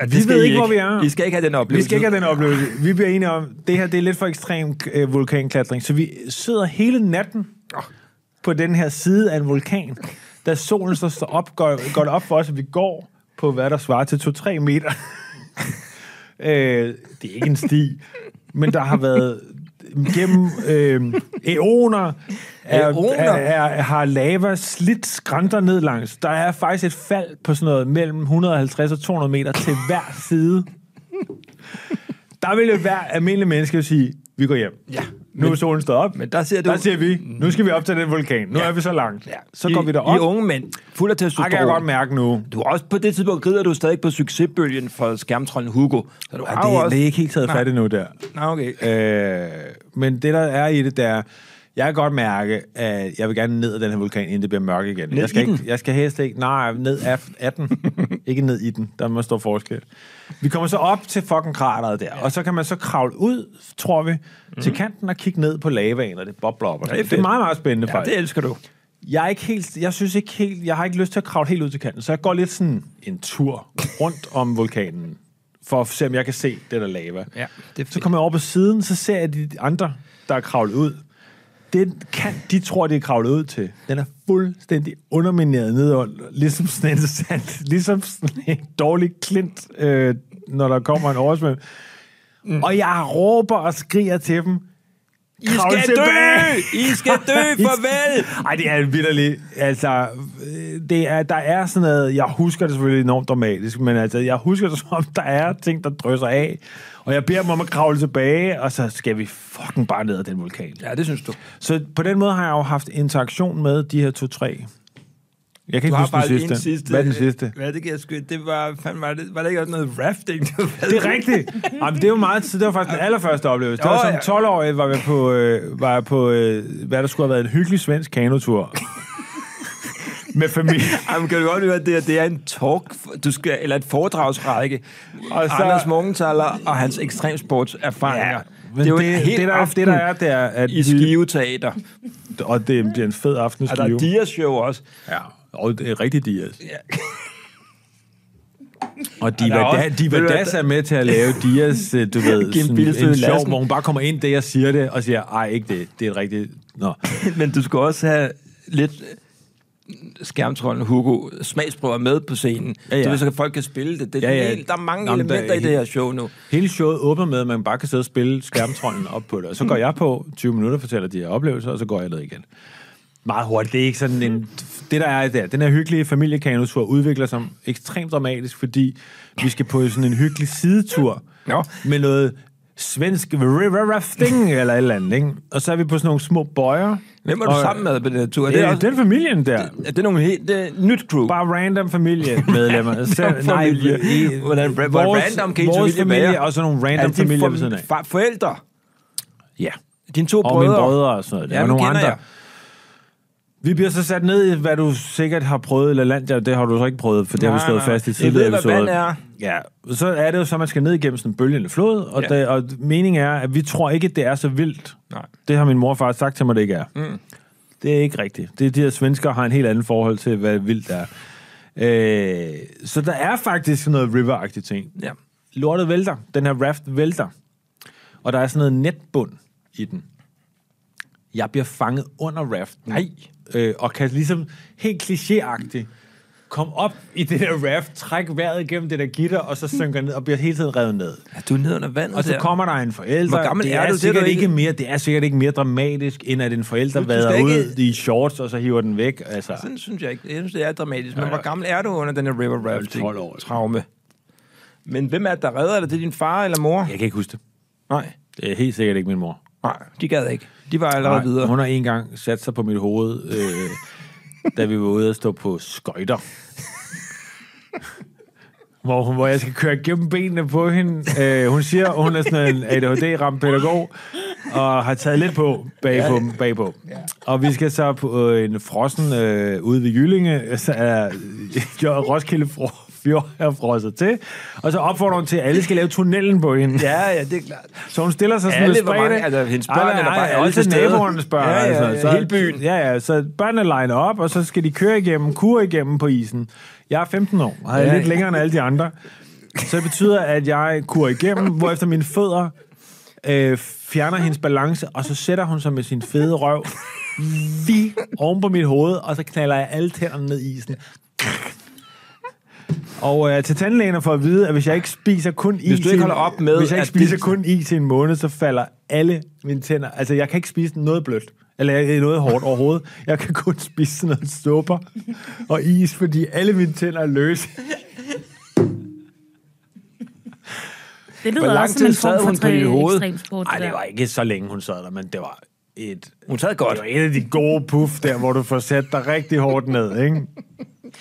A: At
B: Vi
A: det skal
B: ved
A: I
B: ikke, hvor vi er.
A: I skal ikke have den oplevelse.
B: vi skal ikke have den oplevelse. Vi bliver enige om, det her det er lidt for ekstrem øh, vulkanklatring. Så vi sidder hele natten på den her side af en vulkan. Da solen så står op, går, går det op for os, at vi går på, hvad der svarer til 2-3 meter. øh, det er ikke en sti, men der har været gennem øh, æoner, er,
A: Æoner?
B: er, er, har lava slidt skrænter ned langs. Der er faktisk et fald på sådan noget mellem 150 og 200 meter til hver side. Der vil jo være almindelig menneske vil sige, vi går hjem.
A: Ja.
B: Nu er solen stået op.
A: Men der siger du...
B: Der siger vi, nu skal vi op til den vulkan. Nu er vi så langt. Ja. Så går
A: I,
B: vi derop.
A: I er unge mænd. Fuld af
B: Der
A: testosteron.
B: kan jeg godt mærke nu.
A: Du er også på det tidspunkt rider du stadig på succesbølgen for skærmtrollen Hugo. Så du
B: Ja,
A: har jo
B: det,
A: også...
B: det er ikke helt taget fat endnu der.
A: Nå, okay.
B: Øh, men det, der er i det, der er, jeg kan godt mærke, at jeg vil gerne ned af den her vulkan, inden det bliver mørkt igen. jeg skal
A: i
B: ikke, Jeg skal helst ikke... Nej, ned af, af den. ikke ned i den. Der må stå forskel. Vi kommer så op til fucking krateret der, og så kan man så kravle ud, tror vi, mm. til kanten og kigge ned på lavaen, og det bobler op. Og
A: Ja, Mhm. det er
B: det, det er
A: fedt.
B: meget, meget spændende,
A: Ja,
B: faktisk.
A: det elsker du.
B: Jeg er ikke helt, jeg synes ikke helt, jeg har ikke lyst til at kravle helt ud til kanten, så jeg går lidt sådan en tur rundt om vulkanen, for at se, om jeg kan se det der lava.
A: Ja, det er
B: så
A: fedt.
B: kommer jeg over på siden, så ser jeg de andre, der er kravlet ud. den kan, de tror, det er kravlet ud til. Den er fuldstændig undermineret nedenunder, ligesom sådan en, sand, ligesom sådan en dårlig klint, øh, når der kommer en oversvømmelse. Mm. Og jeg råber og skriger til dem,
A: I skal dø! I skal dø! Farvel!
B: Ej, det er vidderligt. Altså, øh, det er, der er sådan noget... Jeg husker det selvfølgelig enormt dramatisk, men altså, jeg husker det som om, der er ting, der drysser af. Og jeg beder dem om at kravle tilbage, og så skal vi fucking bare ned ad den vulkan.
A: Ja, det synes du.
B: Så på den måde har jeg jo haft interaktion med de her to-tre. Jeg kan
A: Du
B: ikke
A: har
B: huske den
A: faktisk
B: sidste.
A: en sidste.
B: Hvad er den sidste?
A: Hvad er det, jeg skyde? Det var, fandme, var, det, var det ikke også noget rafting?
B: Det er rigtigt. Jamen, det er jo meget tid. Det var faktisk den allerførste oplevelse.
A: Nå,
B: Det var som
A: ja.
B: 12-årig, var jeg på, øh, var jeg på øh, hvad der skulle have været en hyggelig svensk kanotur. med familie.
A: Jamen, kan du godt høre, at det, her, det er en talk, du skal, eller et foredragsrække. Og
B: Og
A: så,
B: så-
A: Anders Morgenthaler og hans ekstremsportserfaringer.
B: Ja,
A: Ja,
B: men det, det, det, der, er- det der er, det er, at
A: i
B: vi,
A: Skive Teater.
B: og det bliver en fed aften i
A: Og der er
B: Skive.
A: Dias show også.
B: Ja, og det er rigtig Dias.
A: Ja.
B: Og
A: Og der er
B: Diva,
A: også-
B: da, Diva
A: ved du hvad,
B: Das er med til at lave Dias, øh, du ved,
A: Kim
B: sådan
A: Bildsøe
B: en show,
A: Lassen.
B: hvor hun bare kommer ind, det jeg siger det, og siger, ej, ikke det, det er et rigtigt... Nå.
A: Men du skal også have lidt skærmtrollen Hugo smagsprøver med på scenen. Ja,
B: Ja,
A: ja.
B: ja.
A: Så hvis folk kan spille det. det er
B: Ja,
A: ja,
B: ja.
A: ja. Hel, der er mange
B: Nå, men der er
A: elementer der, i det
B: helt-
A: her show nu.
B: Hele showet åbner med, at man bare kan sidde og spille skærmtrollen op på det, og så går jeg på 20 minutter, fortæller de her oplevelser, og så går jeg ned igen. Meget hurtigt. Det er ikke sådan en... Det, der er der, den her hyggelige familiekanotur udvikler sig ekstremt dramatisk, fordi vi skal på sådan en hyggelig sidetur
A: Nå.
B: med noget svensk river rafting eller et eller andet, ikke? Og så er vi på sådan nogle små bøjer.
A: Hvem er du
B: og,
A: sammen med på den her tur? Er
B: Det
A: det,
B: er
A: også,
B: den familien der.
A: er det nogle helt det er et nyt crew?
B: Bare random familiemedlemmer. Selv- nej,
A: familie.
B: i-
A: Hvordan- hvor random kan ens
B: vores
A: familie være? Altså,
B: og sådan nogle random
A: er det dine
B: familier
A: for-
B: ved siden af.
A: fa- forældre?
B: Ja.
A: Dine to
B: og
A: brødre?
B: mine brødre og sådan noget. Der
A: Ja,
B: var
A: dem
B: nogle
A: kender
B: andre.
A: jeg.
B: Vi bliver så sat ned i, hvad du sikkert har prøvet, eller land, ja, det har du så ikke prøvet, for det har vi
A: Nej,
B: slået
A: nej.
B: fast i
A: Jeg
B: tidligere
A: ved, hvad
B: episoder.
A: vand er.
B: Ja, så er det jo så, at man skal ned igennem sådan en bølgende flod, og,
A: Ja.
B: ja. det, og meningen er, at vi tror ikke, det er så vildt.
A: Nej.
B: Det har min mor og far sagt til mig, det ikke er. Mm. Det er ikke rigtigt. Det er de her svenskere har en helt anden forhold til, hvad vildt er. Øh, så der er faktisk sådan noget river ting
A: Ja.
B: lortet vælter. Den her raft vælter. Og der er sådan noget netbund i den. Jeg bliver fanget under raften.
A: Nej.
B: Øh, og kan ligesom helt klichéagtigt komme op i det der raft, trække vejret igennem det der gitter, og så synker ned og bliver hele tiden revet ned.
A: Ja, du er nede under vandet
B: Og så
A: der.
B: kommer der en forælder.
A: Hvor gammel
B: det
A: er du? Det er du
B: Sikkert
A: ikke-
B: ikke mere, det er sikkert ikke mere dramatisk, end at en forælder
A: Du- du skal
B: vader
A: ikke-
B: ud i shorts, og så hiver den væk. Altså.
A: Sådan synes jeg ikke. Jeg synes, det er dramatisk. Men hvor gammel er du under den her river rafting?
B: 12 år.
A: Traume. Men hvem er det, der redder dig? Det er din far eller mor?
B: Jeg kan ikke huske det.
A: Nej.
B: Det er helt sikkert ikke min mor.
A: Nej, de gad ikke. De var allerede
B: Nej,
A: videre.
B: Hun har en gang sat sig på mit hoved, øh, da vi var ude at stå på skøjter. Hvor, hun, hvor jeg skal køre gennem benene på hende. Øh, hun siger, hun er sådan en ADHD-ramt pædagog, og har taget lidt på bagpå. Ja. bagpå. Ja. Og vi skal så på øh, en frossen øh, ude ved Jyllinge, så er jo, Roskilde Fro- Fjord er frosset til. Og så opfordrer hun til, at alle skal lave tunnelen på hende.
A: Ja, ja, det er klart.
B: Så hun stiller sig sådan
A: Alle,
B: lidt
A: hvor
B: spredt.
A: mange-
B: ikke?
A: altså, hendes børn
B: Ej, nej,
A: er der bare
B: ej,
A: alle til
B: Også
A: stede.
B: naboernes børn.
A: Ja, ja,
B: altså.
A: ja, hele byen.
B: Ja, ja, så børnene liner op, og så skal de køre igennem, kur igennem på isen. Jeg er 15 år, og jeg er
A: Ja,
B: lidt
A: ja.
B: længere end alle de andre. Så det betyder, at jeg kurer igennem, hvorefter mine fødder øh, fjerner hendes balance, og så sætter hun sig med sin fede røv lige oven på mit hoved, og så knalder jeg alle tænderne ned i isen. Og øh, til tandlægen har fået at vide, at hvis jeg ikke spiser kun is...
A: du ikke
B: til-
A: holder op med,
B: Hvis jeg
A: at
B: ikke spiser
A: det-
B: kun is i en måned, så falder alle mine tænder... Altså, jeg kan ikke spise noget blødt. Eller noget hårdt overhovedet. Jeg kan kun spise sådan noget supper og is, fordi alle mine tænder er løse.
D: Det
A: Hvor
D: lyder
A: lang
D: også som
A: tid
D: en
A: sad
D: form
A: hun
D: for
A: på dit
D: tre
A: hoved?
D: ekstremsport.
B: Nej, det
D: der.
B: var ikke så længe, hun sad der, men det var et...
A: Hun sad godt.
B: Det var et af de gode puff der, hvor du får sat dig rigtig hårdt ned, ikke?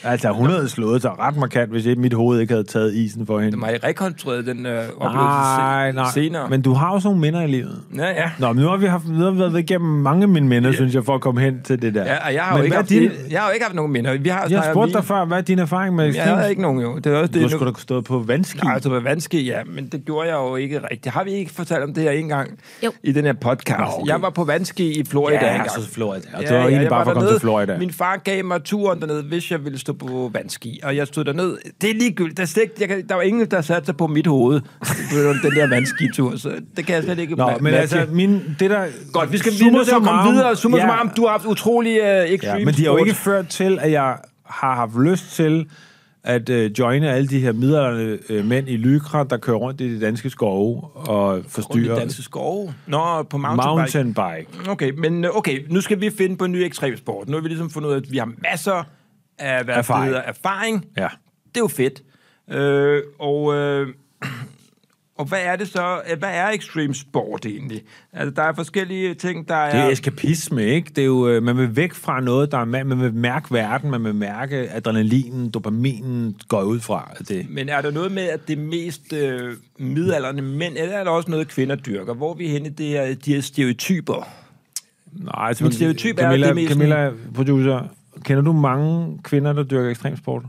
B: Altså, hun havde slået sig ret markant, hvis ikke mit hoved ikke havde taget isen for hende.
A: Det var i rekonstrueret den øh, oplevelse
B: Nej,
A: se-
B: nej.
A: senere.
B: Men du har jo sådan nogle minder i livet.
A: Ja, ja.
B: Nå, men nu har vi, haft, nu har vi været igennem mange af mine minder, synes jeg, for at komme hen til det der.
A: Ja, og jeg har,
B: men
A: jo ikke
B: hvad
A: haft,
B: er din,
A: jeg har jo ikke haft nogen minder. Vi har
B: Jeg
A: der er
B: har spurgt
A: min-
B: dig før, hvad er din erfaring med
A: Jeg havde
B: ekstrem?
A: ikke nogen, jo. Det er også det,
B: Du
A: nu-
B: skulle da stået på vandski.
A: Nej, det var vanskeligt, ja, men det gjorde jeg jo ikke rigtigt. Har vi ikke fortalt om det her engang
D: Jo.
A: i den her podcast? Nå,
B: Nå,
A: okay.
B: okay.
A: Jeg var på vandski i Florida
B: Ja, altså,
A: engang.
B: så Florida. Og det var egentlig
A: jeg
B: bare for at komme til
A: dernede.
B: Florida.
A: Min far gav mig turen dernede, hvis jeg ville ville stå på vandski, og jeg stod derned. Det er ligegyldigt. Der, er slet, ikke- jeg kan, der var ingen, der satte sig på mit hoved på den der vandskitur, så det kan jeg slet ikke
B: Nå,
A: ma-
B: men
A: matche.
B: altså, min, det der...
A: Godt, vi skal vi er
B: summa
A: nødt til at komme
B: summarum-
A: videre. Summa
B: Ja.
A: summarum, du har haft utrolig uh,
B: Ja,
A: extreme
B: men de har jo
A: sport.
B: ikke ført til, at jeg har haft lyst til at øh, joine alle de her midlerne øh, mænd i Lykra, der kører rundt i de danske skove og
A: Rundt i
B: forstyrrer
A: danske skove. Nå, på mountainbike.
B: mountainbike.
A: Okay, men øh, okay, nu skal vi finde på en ny ekstremsport. Nu har vi ligesom fundet ud af, at vi har masser af hvad erfaring. Det
B: Erfaring.
A: hedder, erfaring.
B: Ja.
A: Det er jo fedt. Øh, og, øh, og hvad er det så? øh, Hvad er extreme sport egentlig? Altså, der er forskellige ting, der
B: Det er
A: er...
B: eskapisme, ikke? Det er jo, øh, man vil væk fra noget, der er, man, man vil mærke verden, man vil mærke adrenalinen, dopaminen går ud fra at det.
A: Men er der noget med, at det er mest øh, midalderne mænd, eller er der også noget, kvinder dyrker? Hvor er vi henne i det her, de her stereotyper?
B: Nej, altså,
A: Mit stereotyp er, at
B: Camilla,
A: det er mest
B: Camilla, producer, kender du mange kvinder, der dyrker ekstremsport?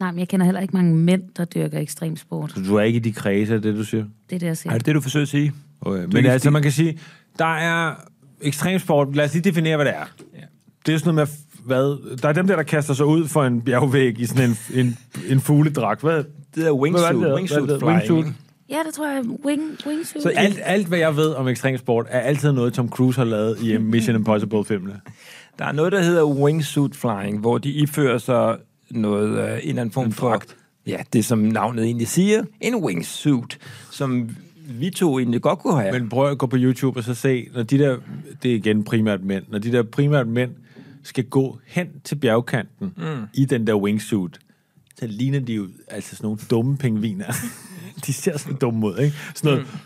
D: Nej, men jeg kender heller ikke mange mænd, der dyrker ekstremsport.
B: Så du er ikke i de kredse af det, du siger?
D: Det er det, jeg siger.
A: Er det det, du forsøger at sige?
B: Okay, men
A: ikke
B: altså,
A: fordi-
B: man kan sige, der er ekstremsport. Lad os lige definere, hvad det er. Det er sådan noget med, f- hvad... Der er dem der, der kaster sig ud for en bjergvæg i sådan en, en, en fugledragt. Hvad,
A: Det der wingsuit,
B: hvad er det, der-
A: wingsuit,
B: hvad er det,
A: flying.
B: wingsuit?
A: ikke?
D: Ja, det tror jeg. Wing, wingsuit.
B: Så alt, alt, hvad jeg ved om ekstremsport, er altid noget, Tom Cruise har lavet i øh, Mission Impossible-filmene.
A: Der er noget, der hedder wingsuit flying, hvor de ifører sig noget, øh, en eller anden form en for... Ja, det som navnet egentlig siger. En wingsuit, som vi to egentlig godt kunne have. Men,
B: Men prøv at gå på YouTube og så se, når de der, det er igen primært mænd, når de der primært mænd skal gå hen til bjergkanten mm. i den der wingsuit, så ligner de jo altså sådan nogle dumme pingviner. de ser sådan dumme ud, ikke? Sådan noget, mm.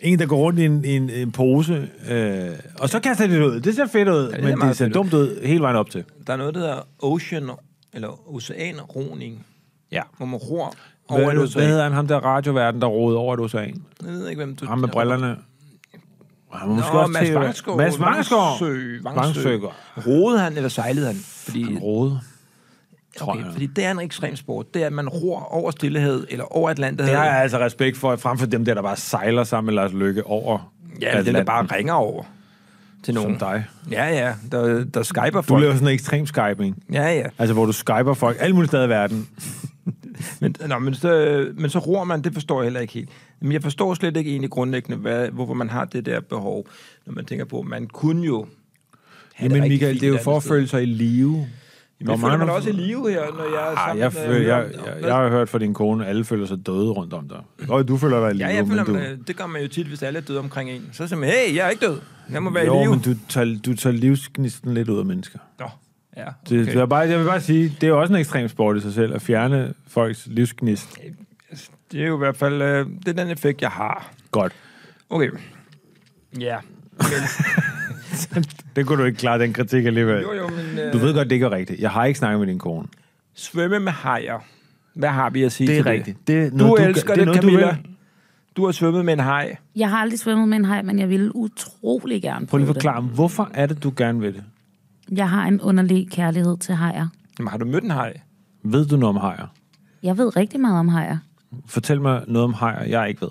B: En, der går rundt i en, i en, en pose, øh, og så kaster de det ud. Det ser fedt ud,
A: det
B: ja,
A: ser
B: men det
A: meget
B: ser
A: fedt ud.
B: dumt ud hele vejen op til.
A: der er noget, der hedder ocean, eller oceanroning.
B: Ja.
A: Hvor man ror
B: Hvad,
A: over et
B: hvad
A: ocean.
B: hedder han, ham der radioverden, der råder over et ocean?
A: Jeg ved ikke, hvem du...
B: Ham med brillerne. Han
A: Nå,
B: var
A: Mads
B: til- øh,
A: Vangsgaard.
B: Mads Vangsgaard.
A: Vangsø.
B: Vangsø.
A: Vangsø. Rode han, eller sejlede han? Fordi,
B: Han rådede. tror
A: okay,
B: jeg.
A: fordi det er en ekstrem sport. Det er, at man ror over stillehed, eller over Atlanterhavet.
B: Det har jeg altså respekt for, frem for dem der, der bare sejler sammen med Lars Lykke over.
A: Ja, eller den der
B: Atlanten,
A: bare ringer over til nogen.
B: Som dig.
A: Ja, ja, der, der skyper
B: Du
A: folk.
B: laver sådan en ekstrem skyping.
A: Ja, ja.
B: Altså, hvor du skyper folk alle mulige steder i verden.
A: Men, nå, men, så, men så roer man, det forstår jeg heller ikke helt. Men jeg forstår slet ikke egentlig grundlæggende, hvad, hvorfor man har det der behov, når man tænker på, man kunne jo have
B: Jamen,
A: rigtig
B: Michael,
A: fint
B: det er jo
A: et andet
B: for at
A: sted.
B: føle sig i live.
A: Men jeg føler mig da også i live her, når jeg er
B: Ah,
A: sammen
B: jeg,
A: med-
B: føler, jeg, jeg, jeg, har hørt fra din kone, at alle føler sig døde rundt om dig. Og du føler dig i live,
A: Ja, jeg føler,
B: men du...
A: man, det gør man jo tit, hvis alle er døde omkring en. Så siger man, hey, jeg er ikke død. Jeg må være i
B: jo,
A: live.
B: men du tager, du tager livsgnisten lidt ud af mennesker.
A: Nå, ja, okay.
B: Det, okay. jeg, bare, jeg vil bare sige, det er jo også en ekstrem sport i sig selv, at fjerne folks livsgnist.
A: det er jo i hvert fald øh, det er den effekt, jeg har.
B: Godt.
A: Okay. Ja. Men,
B: Det kunne du ikke klare, den kritik alligevel.
A: jo, jo, men, øh,
B: Du ved godt, det ikke er rigtigt. Jeg har ikke snakket med din kone.
A: Svømme med hajer. Hvad har vi at sige til det?
B: Det er
A: Du
B: noget,
A: elsker
B: gør-
A: det,
B: er noget, du
A: Camilla.
B: vil.
A: Du, har svømmet med en haj.
D: Jeg har aldrig svømmet med en haj, men jeg ville utrolig gerne
B: Prøv lige
D: prøve
B: at forklare, hvorfor er det, du gerne vil det?
D: det. Jeg har en underlig kærlighed til hajer.
A: Jamen, har du mødt en haj?
B: Ved du noget om hajer?
D: Jeg ved rigtig meget om hajer.
B: Fortæl mig noget om hajer, jeg ikke ved.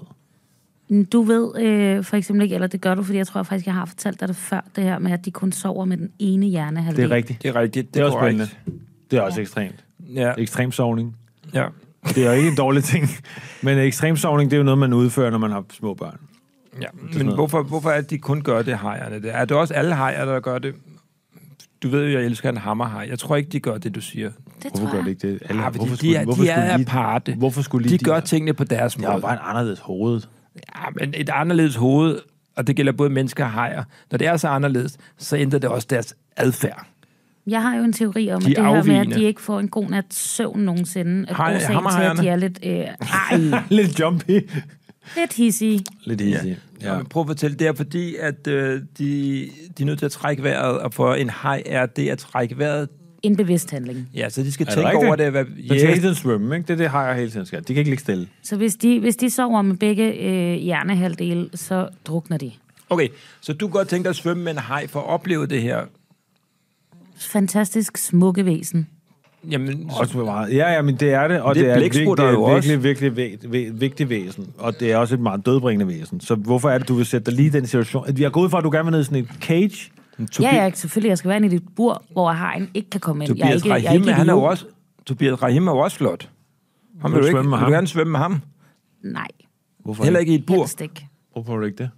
D: Du ved øh, for eksempel ikke, eller det gør du, fordi jeg tror faktisk, jeg har fortalt dig det før, det her med, at de kun sover med den ene hjernehalvdel.
B: Det er rigtigt.
A: Det er rigtigt. Det,
B: Det er også
A: korrekt.
B: spændende. Det er også ekstremt.
A: Ja.
B: Ekstrem sovning.
A: ja.
B: Det er jo ikke en dårlig ting. Men ekstrem sovning, det er jo noget, man udfører, når man har små børn.
A: ja. Men hvorfor, hvorfor er det, de kun gør det, hajerne? Der? Er det også alle hajer, der gør det? Du ved jo, jeg elsker en hammerhaj. Jeg tror ikke, de gør det, du siger.
D: Det tror
B: Hvorfor gør
D: jeg.
B: det ikke det?
A: Ah, fordi
B: hvorfor
A: de er- de er
B: lige-
A: aparte.
B: Hvorfor skulle lige
A: De gør Mm. tingene på deres
B: Jeg
A: måde.
B: har bare en anderledes hoved.
A: Ja, men et anderledes hoved, og det gælder både mennesker og hajer. Når det er så anderledes, så ændrer det også deres adfærd.
D: Jeg har jo en teori om,
A: De
D: at det her med,
A: afvigende.
D: at de ikke får en god nat søvn nogensinde, at
A: Hej-
D: årsagen til, at
A: hammerhajerne.
D: de er lidt, øh, ej,
B: Lidt jumpy.
D: lidt hissige.
B: Lidt easy. Ja.
A: Ja.
B: ja.
A: Men prøv at fortælle, det er fordi, at øh, de, de er nødt til at trække vejret, og for en haj er det at trække vejret.
D: En bevidst handling.
A: Ja, så de skal
B: Er det
A: tænke
B: rigtigt?
A: over det. Hvad,
B: Den skal
A: Ja.
B: hele tiden svømme, ikke? Det er det, hajer hele tiden skal. De kan ikke ligge stille.
D: Så hvis de, hvis de sover med begge øh, hjernehalvdele, så drukner de.
A: Okay, så du kunne godt tænke dig at svømme med en haj for at opleve det her.
D: Fantastisk smukke væsen.
A: Jamen, så,
B: Også meget. Ja, ja, men det er det, og
A: Det
B: det,
A: er
B: er et
A: blæksprutter
B: virkelig, det er
A: jo også.
B: et virkelig, virkelig, væ- væ- vigtigt væsen, og det er også et meget dødbringende væsen. Så hvorfor er det, du vil sætte dig lige i den situation? At Vi har gået ud fra, at du gerne vil ned i sådan en cage,
A: Tobi-
D: Ja, ja, selvfølgelig. Jeg skal være inde i dit bur, hvor hajen ikke kan komme ind. jeg er
A: Tobias
D: ikke, jeg er
A: Rahim,
D: ikke
A: han er jo
D: idiot.
A: også, Tobias Rahim er jo også flot. Han vil
B: Vil du
A: du, ikke,
B: svømme med
A: vil du
B: ham?
A: gerne svømme med ham.
D: Nej,
B: Hvorfor
A: Heller ikke i et bur.
D: helst ikke.
B: Hvorfor er du ikke det?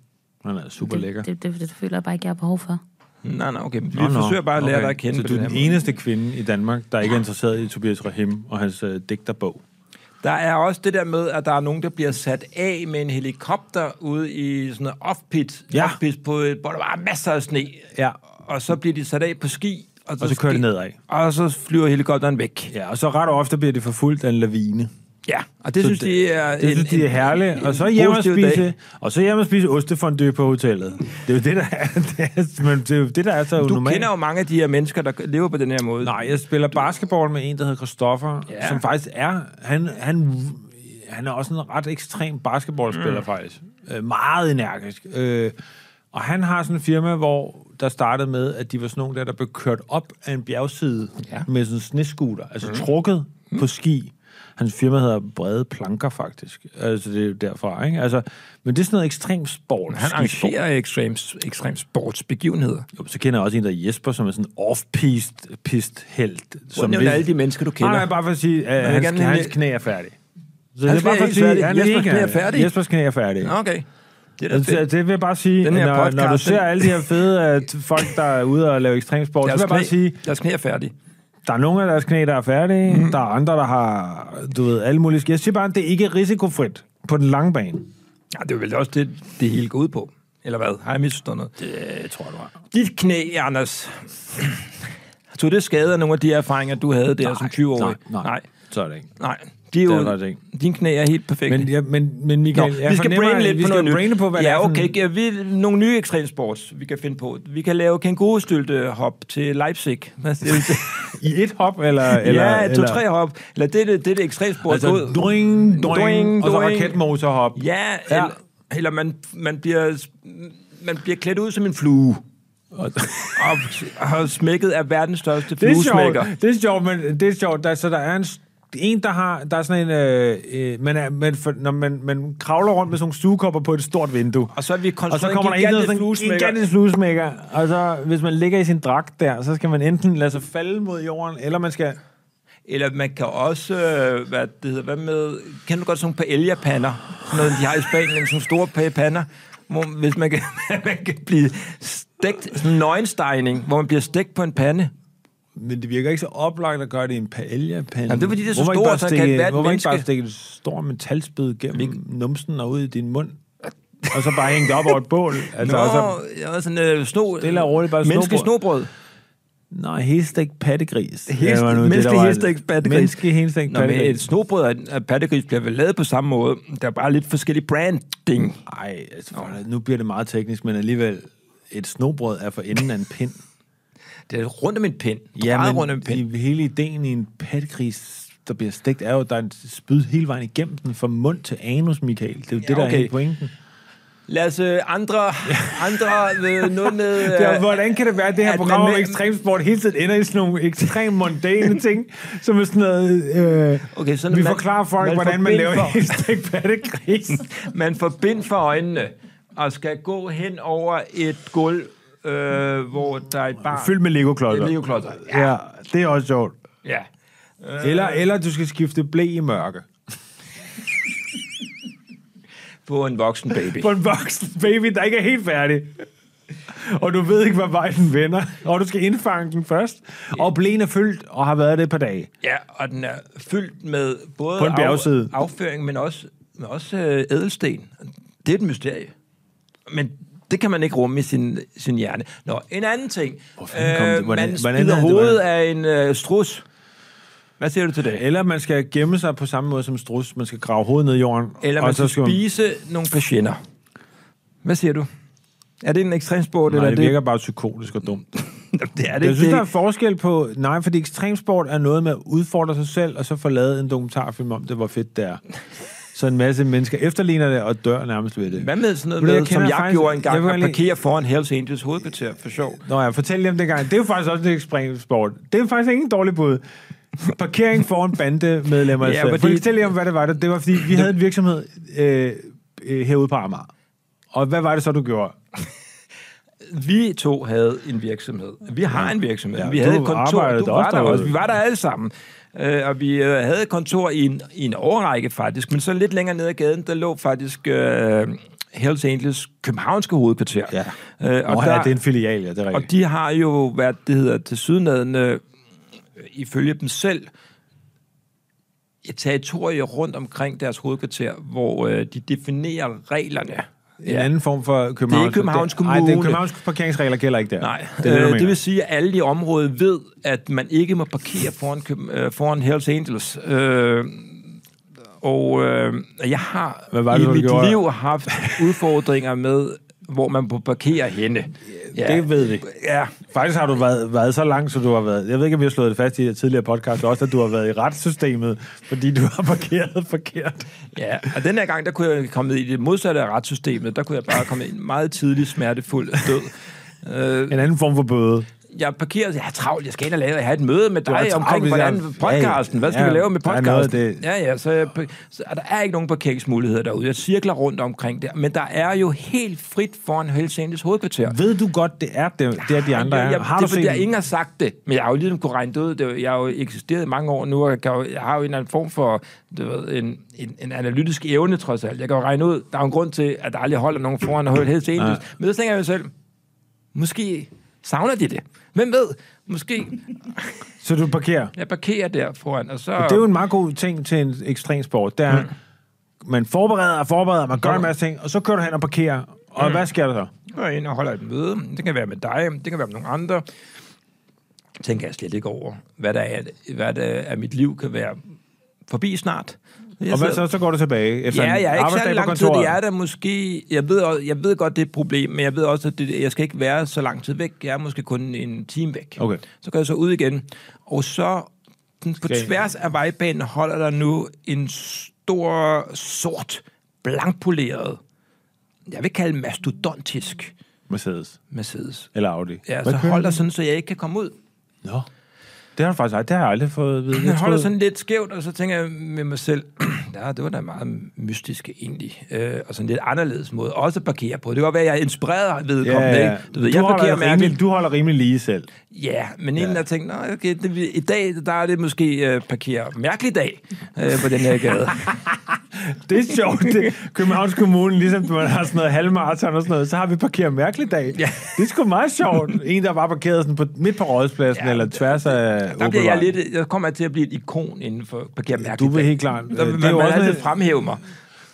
B: Han er super lækker.
D: Det, det, det, det føler jeg bare ikke, jeg har behov for.
A: Nej, nej, okay. men Vi
B: Nå, nå,
A: forsøger bare at lære
B: okay.
A: dig at kende.
B: Så
A: på
B: du er
A: den her
B: den
A: måde.
B: eneste kvinde i Danmark, der ikke er interesseret i Tobias Rahim og hans øh, digterbog.
A: Der er også det der med, at der er nogen, der bliver sat af med en helikopter ude i sådan noget off-pit,
B: Ja.
A: off-pit på, et- hvor der bare er masser af sne.
B: Ja.
A: Og så bliver de sat af på ski.
B: Og så kører de
A: ski-
B: nedad.
A: Og så flyver helikopteren væk.
B: Ja, og så ret ofte bliver det forfulgt af en lavine.
A: Ja, og det så synes
B: det-
A: de er...
B: Det synes de er herligt. Og så hjem og
A: positiv dag.
B: spise, og så hjem og spise ostefondue på hotellet. Det er jo det, der er, det er, men det er, jo det, der er så
A: Du
B: normalt.
A: kender jo mange af de her mennesker, der lever på den her måde.
B: Nej, jeg spiller basketball med en, der hedder Christoffer, ja.
A: Ja.
B: som faktisk er... Han, han, han er også en ret ekstrem basketballspiller, mm. faktisk. Øh, meget energisk. Øh, og han har sådan en firma, hvor der startede med, at de var sådan nogle der, der blev kørt op af en bjergside ja.
A: Ja.
B: med sådan en snescooter, altså mm. trukket mm. på ski. Hans firma hedder Brede Planker, faktisk. Altså, det er jo derfra, ikke? Altså, men det er sådan noget ekstrem sport.
A: Han
B: skisport.
A: arrangerer ekstrem, ekstrem sportsbegivenheder.
B: Jo, Så kender jeg også en, der er Jesper, som er sådan en off-pist-held.
A: Som nævner alle de mennesker, du kender.
B: Nej, nej, bare for at sige, at
A: vil
B: hans,
A: gerne lige-
B: hans knæ er færdig. Så
A: Hans knæ er helt færdig.
B: han
A: Jespers
B: ikke
A: knæ er færdig?
B: Jespers knæ er færdig.
A: Okay. Det er da
B: Altså,
A: fedt.
B: det, det vil jeg bare sige,
A: Den her
B: når, når du
A: podcast,
B: ser
A: den-
B: alle de her fede uh, folk, der er ude og lave ekstremsport, så vil
A: Deres
B: jeg bare
A: knæ,
B: sige,
A: deres knæ er færdig.
B: der er nogle af deres knæ, der er færdige,
A: Mhm.
B: mm. der er andre, der har, du ved, alle mulige... Jeg siger bare, at det ikke er risikofrit på den lange bane.
A: Ja, det er vel også det, det hele går ud på. Eller hvad? Har jeg misforstået noget?
B: Det tror jeg, du har.
A: Dit knæ, Anders. Tog det skade af nogle af de erfaringer, du havde der nej, som 20-årig?
B: Nej, nej,
A: nej.
B: så er det ikke.
A: Nej, de er jo,
B: Det er faktisk ikke.
A: din knæ er helt perfekt.
B: Men, ja, men, men
A: Nå,
B: Michael, jeg
A: vi skal
B: fornemmer,
A: braine
B: at
A: lidt
B: vi
A: på
B: skal
A: noget nyt.
B: braine på, hvad det er
A: ja,
B: for en-
A: okay. Ja, vi, nogle nye ekstremsports, vi kan finde på. Vi kan lave kængurustyltehop til Leipzig. Hvad siger du?
B: I et hop, eller... eller
A: ja,
B: eller-
A: to-tre hop. Eller det er det, det, er det ekstremsport.
B: Altså,
A: går ud.
B: doing, doing,
A: Doing,
B: og så
A: doing.
B: raketmotorhop.
A: Ja,
B: Ja.
A: ja. Eller, eller man, man, bliver, man bliver klædt ud som en flue.
B: Og-
A: Og, og smækket af verdens største
B: Det er
A: fluesmækker.
B: sjovt, det er sjovt, men det er sjovt. Der, så der er en, s- en, der har, der er sådan en, øh, øh, man, er, man, for, når man, man kravler rundt med sådan nogle stuekopper på et stort vindue.
A: Og så er vi
B: Og så
A: konstrueret
B: kommer der en, der er sådan en
A: fluesmækker.
B: gigantisk fluesmækker. Og så, hvis man ligger i sin dragt der, så skal man enten lade sig falde mod jorden, eller man skal...
A: Eller man kan også, øh, hvad det hedder, hvad med, kender du godt sådan nogle paella-pander? Sådan noget, de har i Spanien, sådan nogle store paella-pander, hvor hvis man kan, man kan blive stegt, sådan en nøgenstejning, hvor man bliver stegt på en pande.
B: Men det virker ikke så oplagt at gøre det i en paella-pande.
A: Jamen, det er fordi, det er så
B: Hvorfor ikke
A: stort,
B: bare
A: så kan
B: stikke-
A: ethvert
B: Hvorfor ikke bare
A: menneske-
B: stikke en stor metalspyd gennem numsen og ud i din mund? Og så bare hænge det op over et bål? Altså,
A: Nå,
B: og så
A: ja, sådan øh, sno,
B: Stille og roligt, bare
A: menneske
B: snobrød.
A: snobrød.
B: Nej, helstegt pattegris.
A: Hest-
B: Det var nu det,
A: menneskelig
B: der var-
A: helstegt pattegris.
B: Menneskelig helstegt
A: Nå, men et
B: pattegris.
A: snobrød og en- og pattegris bliver vel lavet på samme måde. Der er bare lidt forskellig branding.
B: Nej, altså, for- nu bliver det meget teknisk, men alligevel, et snobrød er for enden af en pind.
A: Det er rundt om en pind. Ja, men, rundt om en pind.
B: i- hele ideen i en pattegris, der bliver stegt, er jo, at der er en spyd hele vejen igennem den, fra mund til anus, Michael. Det er jo ja, det, der okay.
A: okay.
B: er hele pointen.
A: Lad os øh, andre, andre øh, noget med...
B: Det er,
A: øh,
B: hvordan kan det være, at det her
A: at man
B: program om
A: med-
B: ekstremsport hele tiden ender i sådan nogle ekstremt mondane ting, som er sådan noget... Øh,
A: Okay, sådan
B: vi
A: man-
B: forklarer folk,
A: man
B: hvordan man
A: forbinder-
B: laver en helstegt pattegris.
A: Man får bind for øjnene og skal gå hen over et gulv, øh, hvor der er et bar.
B: Fyldt med legoklodser.
A: legoklodser. Ja.
B: Ja, det er også sjovt.
A: ja.
B: Eller, eller du skal skifte blæ i mørke.
A: På en voksen baby.
B: På en voksen baby, der ikke er helt færdig. Og du ved ikke, hvor vej den vender. Og du skal indfange den først. Og blæen er fyldt, og har været det et par dage.
A: ja, og den er fyldt med både
B: På en bjergside.
A: Af, afføring, men også, men også øh, ædelsten. Det er et mysterie. Men det kan man ikke rumme i sin, sin hjerne. Nå, en anden ting. Øh,
B: fanden kom det? Hvordan-
A: man
B: hvordan
A: spider
B: er det, det
A: hovedet af en øh, strus. Hvad siger du til det?
B: Eller man skal gemme sig på samme måde som strus. Man skal grave hovedet ned i jorden.
A: Eller man
B: og
A: skal,
B: så
A: skal spise nogle patienter. Hvad siger du? Er det en ekstremsport,
B: Nej,
A: eller
B: det
A: er
B: virker bare psykotisk og dumt.
A: det er det
B: Jeg
A: ikke.
B: synes,
A: det,
B: der
A: er
B: er forskel på... Nej, fordi ekstremsport er noget med at udfordre sig selv, og så få lavet en dokumentarfilm om det, hvor fedt det er. Så en masse mennesker efterligner det og dør nærmest ved det.
A: Hvad med sådan noget
B: Ved
A: med,
B: du, jeg
A: jeg som
B: kender
A: jeg
B: faktisk-
A: gjorde
B: jeg
A: engang,
B: vil
A: at
B: lige-
A: parkere foran Hells Angels hovedkvarter, for sjov.
B: Nå ja, fortæl lige om det gang. Det er jo faktisk også en ekstremsport. Det er faktisk ikke en dårlig bud. Parkering foran bandemedlemmer.
A: Ja,
B: Ja, fordi...
A: fordi-
B: Fortæl lige om, hvad det var. Det var, fordi vi havde en virksomhed øh, øh, herude på Amager. Og hvad var det så, du gjorde?
A: vi to havde en virksomhed. Vi har en virksomhed.
B: Ja,
A: vi
B: du
A: havde et kontor.
B: arbejdede
A: Du
B: der
A: var
B: også
A: der også.
B: derude.
A: Vi var der alle sammen. Øh, og vi øh, havde et kontor i en, i en overrække faktisk, men så lidt længere nede ad gaden, der lå faktisk øh, Hells Angels københavnske hovedkvarter.
B: Ja.
A: Øh,
B: Og Nå, der, ja, det er en filial, ja, det er
A: og
B: rigtigt.
A: de har jo været, det hedder, til sydenadende, øh, ifølge dem selv, et territorie rundt omkring deres hovedkvarter, hvor øh, de definerer reglerne.
B: en anden form for Københavns...
A: Københavns
B: Nej, det er
A: Kommune.
B: Københavns parkeringsregler gælder ikke der.
A: Nej,
B: det, er, det, du
A: øh, det
B: mener.
A: vil sige, at alle i området ved, at man ikke må parkere foran, Køben- øh, foran Hells Angels. Øh, og øh, jeg har
B: Hvad var
A: i
B: det, du
A: mit
B: gjorde?
A: liv haft udfordringer med, hvor man må parkere henne.
B: det ved vi.
A: Ja,
B: Faktisk har du været, været så langt, som du har været. Jeg ved ikke, om vi har slået det fast i det tidligere podcast, også at du har været i retssystemet, fordi du har parkeret forkert.
A: Ja, og den her gang, der kunne jeg komme ned i det modsatte af retssystemet. Der kunne jeg bare komme ind meget tidlig, smertefuld død. Øh,
B: En anden form for bøde.
A: jeg parkerer, jeg er travlt, jeg skal ind og lave, jeg har et møde med
B: har
A: dig
B: travlt,
A: omkring,
B: hvis
A: hvordan
B: jeg-
A: podcasten, hvad skal
B: Ja,
A: vi lave med
B: der er noget af
A: podcasten?
B: det.
A: Ja, ja, så, jeg, så og der er ikke nogen parkeringsmuligheder derude. Jeg cirkler rundt omkring der, men der er jo helt frit foran Hells Angels hovedkvarter.
B: Ved du godt, det er det, det er de andre
A: jeg,
B: er?
A: jeg,
B: Har
A: det,
B: du
A: er, fordi
B: set
A: jeg ingen har sagt det, men jeg har jo ligesom kunne regne det ud. Det, er jo- jeg har jo eksisteret i mange år nu, og jeg, kan jo, jeg har jo en eller anden form for du ved, en, en, en analytisk evne, trods alt. Jeg kan jo regne ud, der er jo en grund til, at der aldrig holder nogen foran og holder helt til ja. Men så tænker jeg mig selv, måske savner de det. Hvem ved? Måske
B: Så du parkerer.
A: jeg parkerer der foran, og så...
B: Det er jo en meget god ting til en ekstrem sport. Det er,
A: Mm.
B: man forbereder og forbereder, man gør en masse ting, og så kører du hen og parkerer. Og
A: Mm.
B: hvad sker der så?
A: går jeg ind og holder et møde. Det kan være med dig, det kan være med nogle andre. Tænker jeg slet ikke over, hvad der er, hvad der er mit liv kan være forbi snart. Jeg
B: Og hvad
A: sidder-
B: så? Så går du tilbage efter
A: Ja,
B: en
A: jeg er ikke
B: arbejdsdag
A: særlig
B: Altså, på
A: lang tid.
B: kontoret.
A: Det er der måske... Jeg ved, også- jeg ved godt, det er et problem, men jeg ved også, at det, jeg skal ikke være så lang tid væk. Jeg er måske kun en time væk.
B: Okay.
A: Så går jeg så ud igen. Og så sådan på
B: Skal-
A: tværs af vejbanen holder der nu en stor, sort, blankpoleret, jeg vil kalde mastodontisk
B: Mercedes
A: Mercedes.
B: eller Audi.
A: Ja,
B: Hvad
A: så
B: kører
A: holder
B: den?
A: sådan, så jeg ikke kan komme ud.
B: Nå. Det har du faktisk ej, det har jeg aldrig fået at vide. Jeg
A: Jeg holder
B: troede-
A: sådan lidt skævt, og så tænker jeg med mig selv, ja, det var da meget mystisk egentlig, øh, og sådan lidt anderledes måde også at parkere på. Det kan godt være, at jeg er inspireret ved
B: Ja, ja, ja.
A: ikke? Du ved, jeg parkerer
B: holder rimelig,
A: mærkeligt.
B: du holder rimelig lige selv.
A: Ja, men inden
B: Ja.
A: jeg tænkte, "Nå, okay, det, vi- i dag, der er det måske øh, parkere mærkelig dag øh, på den her gade.
B: Det er sjovt. Det. Københavns Kommune, ligesom man har sådan noget halvmarathon og sådan noget, så har vi parkeret mærkelig dag. Ja. Det er sgu meget sjovt. En, der bare parkeret sådan på, midt på rådspladsen, ja,
A: Ja,
B: eller tværs af
A: der bliver jeg
B: Åbelvejen.
A: lidt, jeg kommer til at blive et ikon inden for parkere mærkelig
B: du vil
A: dag.
B: helt klart- øh,
A: Der
B: det er
A: vil
B: jo
A: man
B: også
A: altid
B: lidt-
A: fremhæve mig.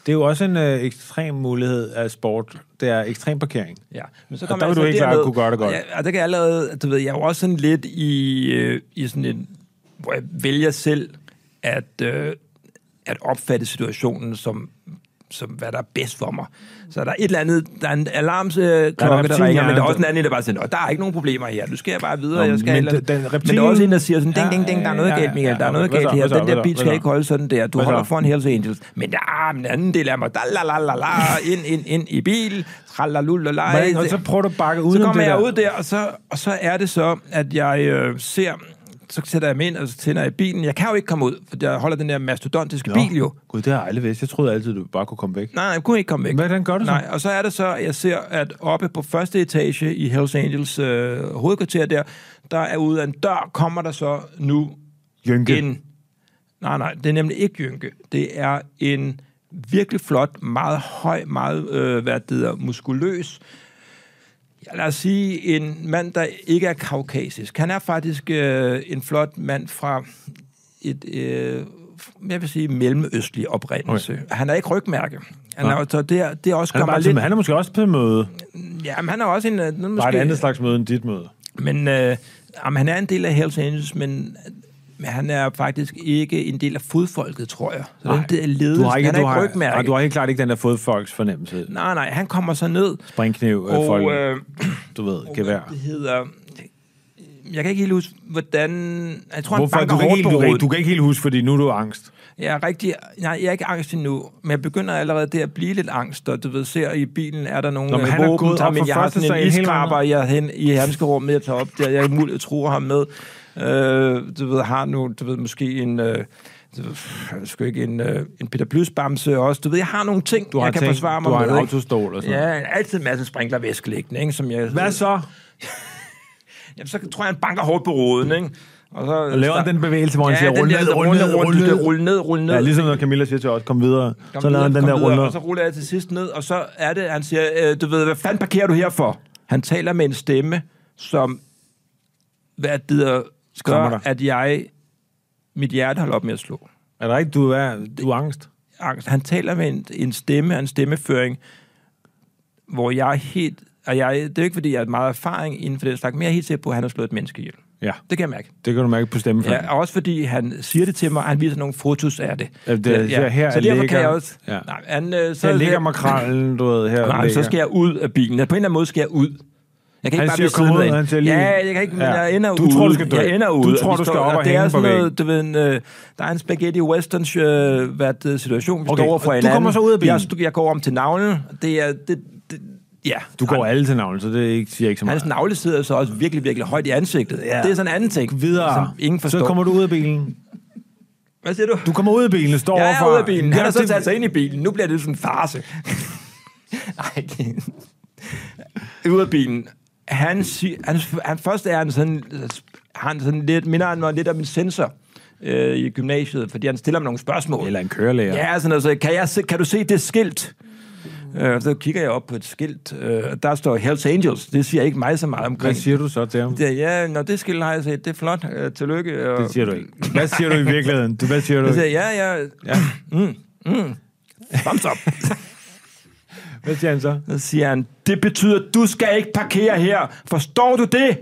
B: Det er jo også en øh, ekstrem mulighed af sport. Det er ekstrem parkering.
A: Ja, men så
B: Og
A: kom
B: der
A: jeg
B: vil
A: så
B: du helt klart
A: derned,
B: kunne gøre det godt.
A: Og, jeg, og der kan jeg allerede, du ved, jeg er jo også sådan lidt i, øh, i sådan en, hvor jeg vælger selv at, øh, at opfatte situationen som, som hvad der er bedst for mig. Så der er et eller andet, der er en alarmklokke,
B: Der er en
A: der, der ringer, men der er
B: reptilhjerne,
A: også en anden, der bare siger, "Nå, der er ikke nogen problemer her, nu skal jeg bare videre,
B: Nå,
A: jeg skal
B: men
A: et eller andet."
B: den- den
A: men der er også
B: reptilen-
A: en, der siger sådan, ding,
B: Ja,
A: ding, ding, der er noget
B: ja,
A: galt, Michael,
B: ja,
A: der er
B: ja,
A: noget
B: hvad
A: galt
B: så,
A: her,
B: hvad så,
A: den
B: hvad
A: der
B: så,
A: bil
B: hvad
A: skal
B: så?"
A: ikke holde sådan der, du
B: Hvad så?
A: holder foran Hells Angels, men der er den anden del af mig, der la la la la, ind, ind, ind i bil, tralalulala,
B: Hvordan, og så prøver du at bakke udenom
A: så kommer
B: det
A: jeg
B: der.
A: ud der, og så, og så er det så, at jeg øh, ser, så sætter jeg mig ind, og så tænder jeg bilen. Jeg kan jo ikke komme ud, for jeg holder den der mastodontiske bil jo.
B: Gud, det har jeg aldrig vidst. Jeg troede altid, du bare kunne komme væk.
A: Nej, jeg kunne ikke komme væk.
B: Hvordan gør du så?
A: Nej, og så er det så, at jeg ser, at oppe på første etage i Hells Angels øh, hovedkvarter der, der er ude af en dør, kommer der så nu
B: Jynke.
A: en... Nej, nej, det er nemlig ikke Jynke. Det er en virkelig flot, meget høj, meget, øh, hvad det hedder, muskuløs, ja, lad os sige, en mand, der ikke er kaukasisk. Han er faktisk øh, en flot mand fra et, øh, jeg vil sige, mellemøstlig oprindelse. Okay. Han er ikke rygmærke. Han er, så det, er, det er også
B: Han er,
A: kommer
B: bare,
A: lidt...
B: lidt... han er måske også på møde.
A: Ja, men han er også en... øh, nu
B: Bare et
A: måske-
B: andet slags møde end dit møde.
A: men øh, jamen, han er en del af Hells Angels, men, men han er faktisk ikke en del af fodfolket, tror jeg. Så den der ledelse, han er
B: du
A: ikke
B: har,
A: rygmærke.
B: nej, du har helt klart ikke den der fodfolks fornemmelse.
A: Nej, nej, han kommer så ned,
B: Springkniv, øh,
A: og
B: folk,
A: øh,
B: du ved,
A: og
B: gevær.
A: hvad det hedder... Jeg kan ikke helt huske, hvordan... Jeg tror,
B: Hvorfor?
A: han
B: Du
A: banker
B: kan,
A: hårdt
B: ikke,
A: på
B: du, kan,
A: hovedet.
B: ikke- du kan ikke helt huske, fordi nu er du angst.
A: Jeg er rigtig... Nej, jeg er ikke angst endnu, men jeg begynder allerede der at blive lidt angst, og du ved, ser i bilen, er der nogle
B: Nå, men
A: øh,
B: han er
A: våben,
B: gået
A: der-
B: op
A: men
B: fra
A: jeg har
B: første
A: sådan en
B: sal hele vejen
A: iskrabber
B: ned.
A: jeg hen i handskerummet, jeg tager op der, jeg muligt truer ham med. Øh, du ved, har nu, du ved, måske en... Øh, Så, pff, Jeg er sgu ikke en, øh, en Peter Plys-bamse også. Du ved, jeg har nogle ting,
B: Du har
A: jeg kan
B: ting,
A: forsvare mig
B: du har
A: med.
B: en
A: ikke?
B: autostol og sådan
A: Ja, altid en masse sprinklervæske liggende, ikke? Som jeg,
B: Hvad så?
A: Jamen, så tror jeg, han banker hårdt på roden, ikke? Og så og
B: laver den bevægelse, hvor han siger, "Rul ned, rul ned, rul
A: rulle
B: ned."
A: ned, rulle ned, rulle ned.
B: Ja, ligesom når Camilla siger til os, kom videre.
A: Kom
B: så lader han
A: videre,
B: den der
A: kom videre.
B: runder.
A: Og så ruller jeg til sidst ned, og så er det, han siger, øh, du ved, hvad fanden parkerer du her for? Han taler med en stemme, som, hvad det hedder,
B: Skræmmer
A: gør,
B: dig.
A: at jeg, mit hjerte holder op med at slå.
B: Er det rigtigt, du er, du er angst?
A: angst. Han taler med en, en stemme og en stemmeføring, hvor jeg er helt... Og jeg, det er jo ikke, fordi jeg har meget erfaring inden for det slags, men jeg er helt sikker på, at han har slået et menneske ihjel.
B: Ja,
A: Det kan jeg mærke.
B: det kan du mærke på stemmen.
A: Ja, og også fordi han siger det til mig, og han viser nogle fotos af det.
B: Ja, det- så her
A: så derfor
B: ligger-
A: kan jeg også...
B: ja.
A: Nej, han, øh, så,
B: Så her ligger makrallen, du ved, her
A: Nej,
B: ligger.
A: så skal jeg ud af bilen. På en eller anden måde skal jeg ud. Jeg kan
B: Han
A: ikke bare
B: siger,
A: blive
B: "Kom
A: siddende
B: ud,"
A: derinde.
B: han siger lige-
A: Ja, jeg kan ikke, men
B: Ja.
A: jeg ender
B: Du
A: ude.
B: tror, du skal dø.
A: Jeg ender
B: Du
A: ude. og
B: tror,
A: vi
B: du
A: står-
B: skal op og
A: Det
B: hænge
A: er
B: på
A: sådan noget, du ved, en, øh, der er en spaghetti western øh, hvad det, situation, vi
B: Okay,
A: står over for
B: og du
A: hinanden.
B: kommer så ud af bilen.
A: Jeg, stu- jeg går om til navlen. Det er... Det, det, ja.
B: Du går alle til navn, så det er ikke, siger ikke så meget.
A: Hans navle sidder så også virkelig, virkelig højt i ansigtet.
B: Ja.
A: Det er sådan en anden ting,
B: videre.
A: som ingen forstår.
B: Så kommer du ud af bilen.
A: Hvad siger du?
B: Du kommer ud af bilen, står
A: Jeg
B: overfor.
A: er ude af bilen. Han
B: Ja,
A: har så
B: det-
A: taget sig ind i bilen. Nu bliver det sådan en farse. Nej. ude af bilen. Han, sig, han, han først er han sådan, han sådan lidt, minder han mig lidt om en sensor øh, i gymnasiet, fordi han stiller mig nogle spørgsmål.
B: Eller en kørelærer.
A: Ja, sådan noget. Så kan, jeg se, kan du se det skilt? Øh, så kigger jeg op på et skilt, øh, og der står Hells Angels. Det siger ikke mig så meget
B: Hvad
A: omkring.
B: siger du så til ham?
A: Det, ja, når det skilt har jeg set, det er flot. Øh, tillykke. Og,
B: Det siger du ikke. Hvad siger du i virkeligheden? Du, hvad siger du?
A: Jeg siger, ja, ja.
B: Ja.
A: Thumbs up.
B: Hvad siger han så?
A: Så siger han, det betyder, du skal ikke parkere her. Forstår du det?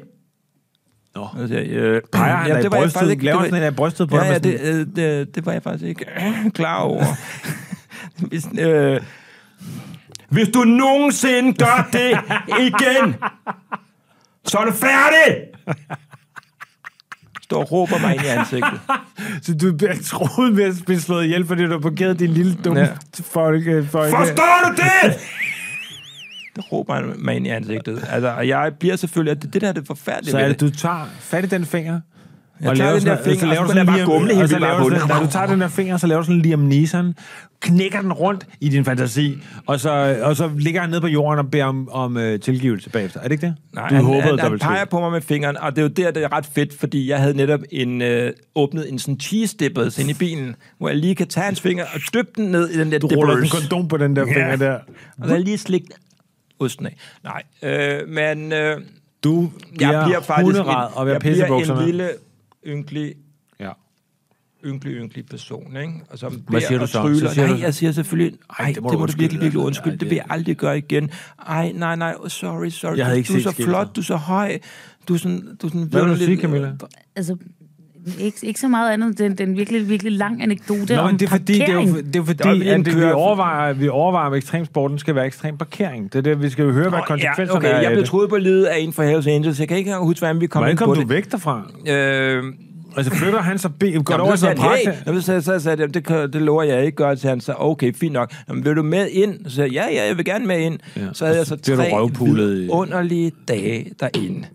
B: Nå.
A: Så siger jeg, øh,
B: Peger han dig i
A: det var jeg
B: brystet?
A: faktisk ikke-
B: Laver
A: det
B: han sådan en af brystet på
A: ja,
B: dig
A: ja,
B: med
A: det, øh, det, det var jeg faktisk ikke øh, klar over. Hvis, øh, hvis du nogensinde gør det igen, så er du færdig! Står og råber mig ind i ansigtet.
B: Så du bliver troet med at blive slået ihjel, fordi du har parkeret din lille dumme ja.
A: Ja.
B: folke, folke.
A: Forstår du det? Det råber han mig ind i ansigtet. Altså, og jeg bliver selvfølgelig, at det, det der er det forfærdelige.
B: Så
A: ved
B: er
A: det.
B: det, du tager fat i den finger,
A: Jeg tager den der
B: sådan-
A: finger,
B: så
A: og
B: laver
A: så
B: du
A: kan jeg
B: sådan
A: bare
B: Liam-
A: gumle helt
B: og så
A: vildt
B: laver
A: meget på
B: du sådan,
A: den.
B: når du tager den der finger, så laver du sådan Liam Neeson, knækker den rundt i din fantasi, og så, og så ligger han nede på jorden og beder om, om uh, tilgivelse bagefter. Er det ikke det?
A: Nej,
B: du
A: han,
B: håbede,
A: han,
B: der
A: han
B: ville ske.
A: peger på mig med fingeren, og det er jo der, det er ret fedt, fordi jeg havde netop en, øh, åbnet en sådan cheese dippers ind i bilen, hvor jeg lige kan tage hans finger og dyppe den ned i den der
B: Du ruller en
A: dippers.
B: kondom på den der finger der.
A: Og så har jeg lige slikke osten af. Nej, øh, men øh, jeg
B: Du bliver, jeg bliver faktisk hunderad og bliver
A: jeg bliver
B: pissebukserne.
A: en lille, ynkelig,
B: Ja.
A: ynkelig, ynkelig person, ikke? Og som
B: Hvad siger
A: beder
B: du
A: og
B: så?
A: tryller.
B: Så siger
A: nej,
B: du-
A: jeg siger selvfølgelig, nej, det må, du,
B: undskylde,
A: virkelig, virkelig
B: altså.
A: undskylde.
B: Ej,
A: det vil jeg aldrig gøre igen. Ej, nej, nej, oh, sorry, sorry.
B: Jeg havde
A: Du-
B: ikke
A: du er
B: set
A: så
B: skiltet.
A: flot, du er så høj. Du er sådan, du er sådan
B: Hvad vil du
A: vidunderlig-
B: sige, Camilla?
D: Altså, ikke, ikke så meget andet. Den, den virkelig, virkelig lang anekdote
B: Nå,
D: om
B: men det er fordi, det er jo, det er jo
A: Der er
B: fordi
A: lige en
B: at det, vi
A: kører-
B: overvejer, vi overvejer, om ekstremsporten skal være ekstrem parkering. Det er det, vi skal jo høre, hvad konsekvenserne
A: ja, okay,
B: er
A: jeg
B: af
A: blev
B: det.
A: troet på livet af en fra Hells Angels. Jeg kan ikke engang huske, hvordan vi kom
B: Hvordan
A: ind
B: kom
A: på
B: du
A: det.
B: væk derfra?
A: Øh,
B: Altså flytter han så ben, går
A: Jamen,
B: Jamen,
A: så
B: over til
A: sagde han,
B: praktik?
A: hey. Jamen, så, så sagde jeg, det, kan- det lover jeg ikke gøre, så han sagde, okay, fint nok. Jamen, vil du med ind? Så sagde jeg, ja, ja, jeg vil gerne med ind.
B: Ja,
A: Ja. Så havde
B: og
A: jeg
B: så
A: så
B: bliver du røvpullet i-
A: tre underlige dage derinde.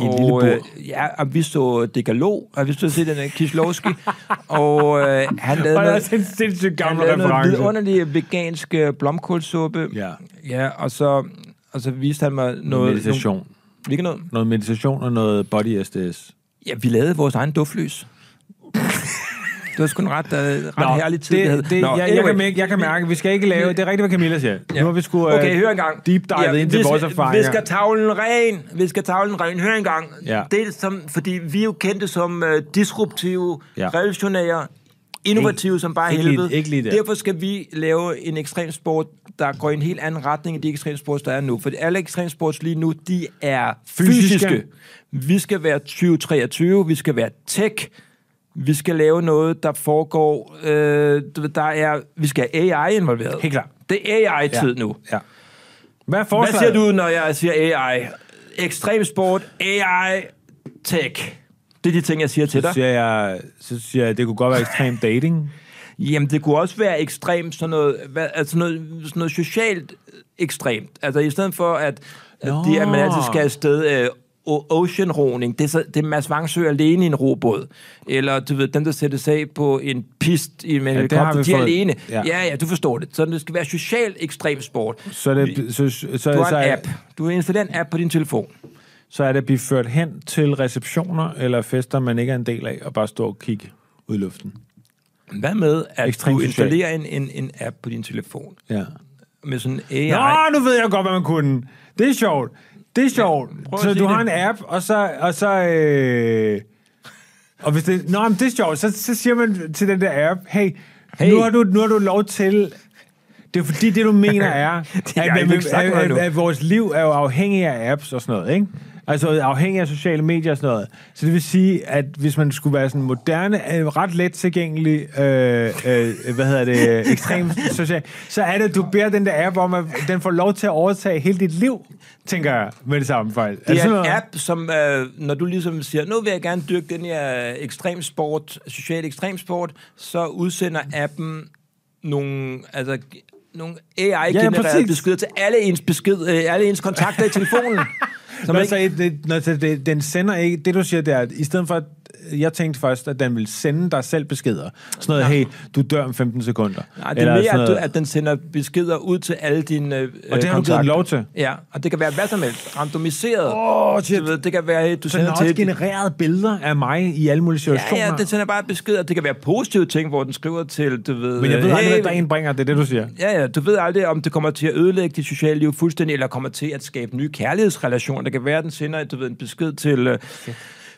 A: I
B: et lille bur.
A: ja, og vi så Degalog, og vi så se den her Kislovski, og øh, han lavede
B: Og der er
A: noget,
B: sådan en sindssygt
A: han
B: gammel
A: lavede noget
B: reference.
A: vidunderlig vegansk øh, blomkålsuppe.
B: Ja.
A: ja og, så, og så viste han mig noget...
B: Meditation.
A: Nogle, hvilket noget?
B: Noget meditation og noget body SDS.
A: Ja, vi lavede vores egen duftlys. det var sgu en ret, uh, ret
B: Nå,
A: herlig tid, havde.
B: det, det, jeg, jeg, kan mærke, jeg kan mærke, vi skal ikke lave... Det er rigtigt, hvad Camilla siger.
A: Ja.
B: Nu har vi sgu øh,
A: okay, hør en gang.
B: deep dive ja, ind til vores erfaringer.
A: Visker tavlen ren. Visker tavlen ren. Hør en gang.
B: Ja.
A: Det er som, fordi vi er jo kendte som uh, disruptive,
B: Ja.
A: ja. revolutionære, innovative
B: Ikke-
A: som bare
B: ikke lige-
A: helvede.
B: ikke lige der.
A: Derfor skal vi lave en ekstremsport, der går i en helt anden retning end de ekstremsports, der er nu. For alle ekstremsports lige nu, de er
B: Fysiske.
A: fysiske. fysiske. Vi skal være 2023, vi skal være tech, vi skal lave noget, der foregår, øh, du ved, der er, vi skal have AI involveret.
B: Helt klart.
A: Det er AI-tid
B: Ja.
A: nu.
B: Ja. Hvad er
A: Hvad
B: forslaget?
A: siger du, når jeg siger AI? Ekstrem sport, AI, tech. Det er de ting, jeg siger til
B: Så
A: dig.
B: siger jeg, så siger jeg, det kunne godt være ekstrem dating.
A: Jamen, det kunne også være ekstremt sådan noget, hvad, altså noget, sådan noget socialt ekstremt. Altså, i stedet for, at, at,
B: Nå.
A: det, at man altid skal afsted øh, o- ocean-roning. Det er, så, det er Mads Vangsø alene i en robåd. Eller du ved, dem, der sættes af på en pist i en
B: det har
A: helikopter,
B: vi
A: de er
B: fået.
A: alene.
B: Ja.
A: Ja. ja, ja, du forstår det. Så det skal være social ekstrem sport.
B: Så er det, så, så, så,
A: Du
B: så,
A: har en
B: er-
A: app. Du installerer en app på din telefon.
B: så er det at blive ført hen til receptioner eller fester, man ikke er en del af, og bare stå og kigge ud i luften.
A: Hvad med, at
B: Ekstremt
A: du
B: social.
A: installerer en, en, en app på din telefon
B: Ja.
A: med sådan en AI?
B: Nå, nu ved jeg godt, hvad man kunne. Det er sjovt. Det er sjovt.
A: prøv at
B: så
A: sige
B: du har
A: det.
B: en app, og så... Og så øh, og hvis det, nå, men det er sjovt, så, så siger man til den der app, hey, hey.
A: Hey.
B: Nu, har du, nu har du lov til... Det er fordi, det du mener er, at,
A: jeg
B: at,
A: ikke
B: at,
A: sagt noget
B: at,
A: nu.
B: at vores liv er jo afhængig af apps og sådan noget, ikke? Altså afhængig af sociale medier og sådan noget. Så det vil sige, at hvis man skulle være sådan moderne, øh, ret let tilgængelig, øh, øh, hvad hedder det, øh, ekstrem social, så er det, at du beder den der app om, at den får lov til at overtage hele dit liv, tænker jeg med det samme faktisk. Altså,
A: Det
B: sådan
A: er en
B: noget?
A: app, som øh, når du ligesom siger, nu vil jeg gerne dyrke den her ekstrem sport, social ekstremsport, så udsender appen nogle, altså, g- nogle AI-genererede
B: præcis.
A: beskeder til alle ens, besked, øh, alle ens kontakter i telefonen. som
B: Nå,
A: ikke-
B: så et- det, nå, så det, den sender ikke... Det, du siger, det er, at i stedet for... At, jeg tænkte først, at den vil sende dig selv beskeder. Sådan noget, hey, du dør om 15 sekunder.
A: Nej, det er
B: Eller sådan
A: mere, at, du,
B: noget.
A: at den sender beskeder ud til alle dine øh,
B: har du givet
A: kontakter.
B: den lov til?
A: Ja, og det kan være hvad som helst. Randomiseret.
B: Åh, shit.
A: Du ved, det kan være, at du
B: Så den
A: sender
B: har
A: til...
B: også genereret billeder af mig i alle mulige
A: Ja,
B: situationer.
A: ja, den sender bare beskeder. Det kan være positive ting, hvor den skriver til, du ved...
B: Men jeg ved
A: øh,
B: aldrig,
A: hey,
B: hvad dagen bringer. Det er det, du siger.
A: Ja, ja, du ved aldrig, om det kommer til at ødelægge dit sociale liv fuldstændig, eller kommer til at skabe nye kærlighedsrelationer. Det kan være, at den sender du ved, en besked til, øh,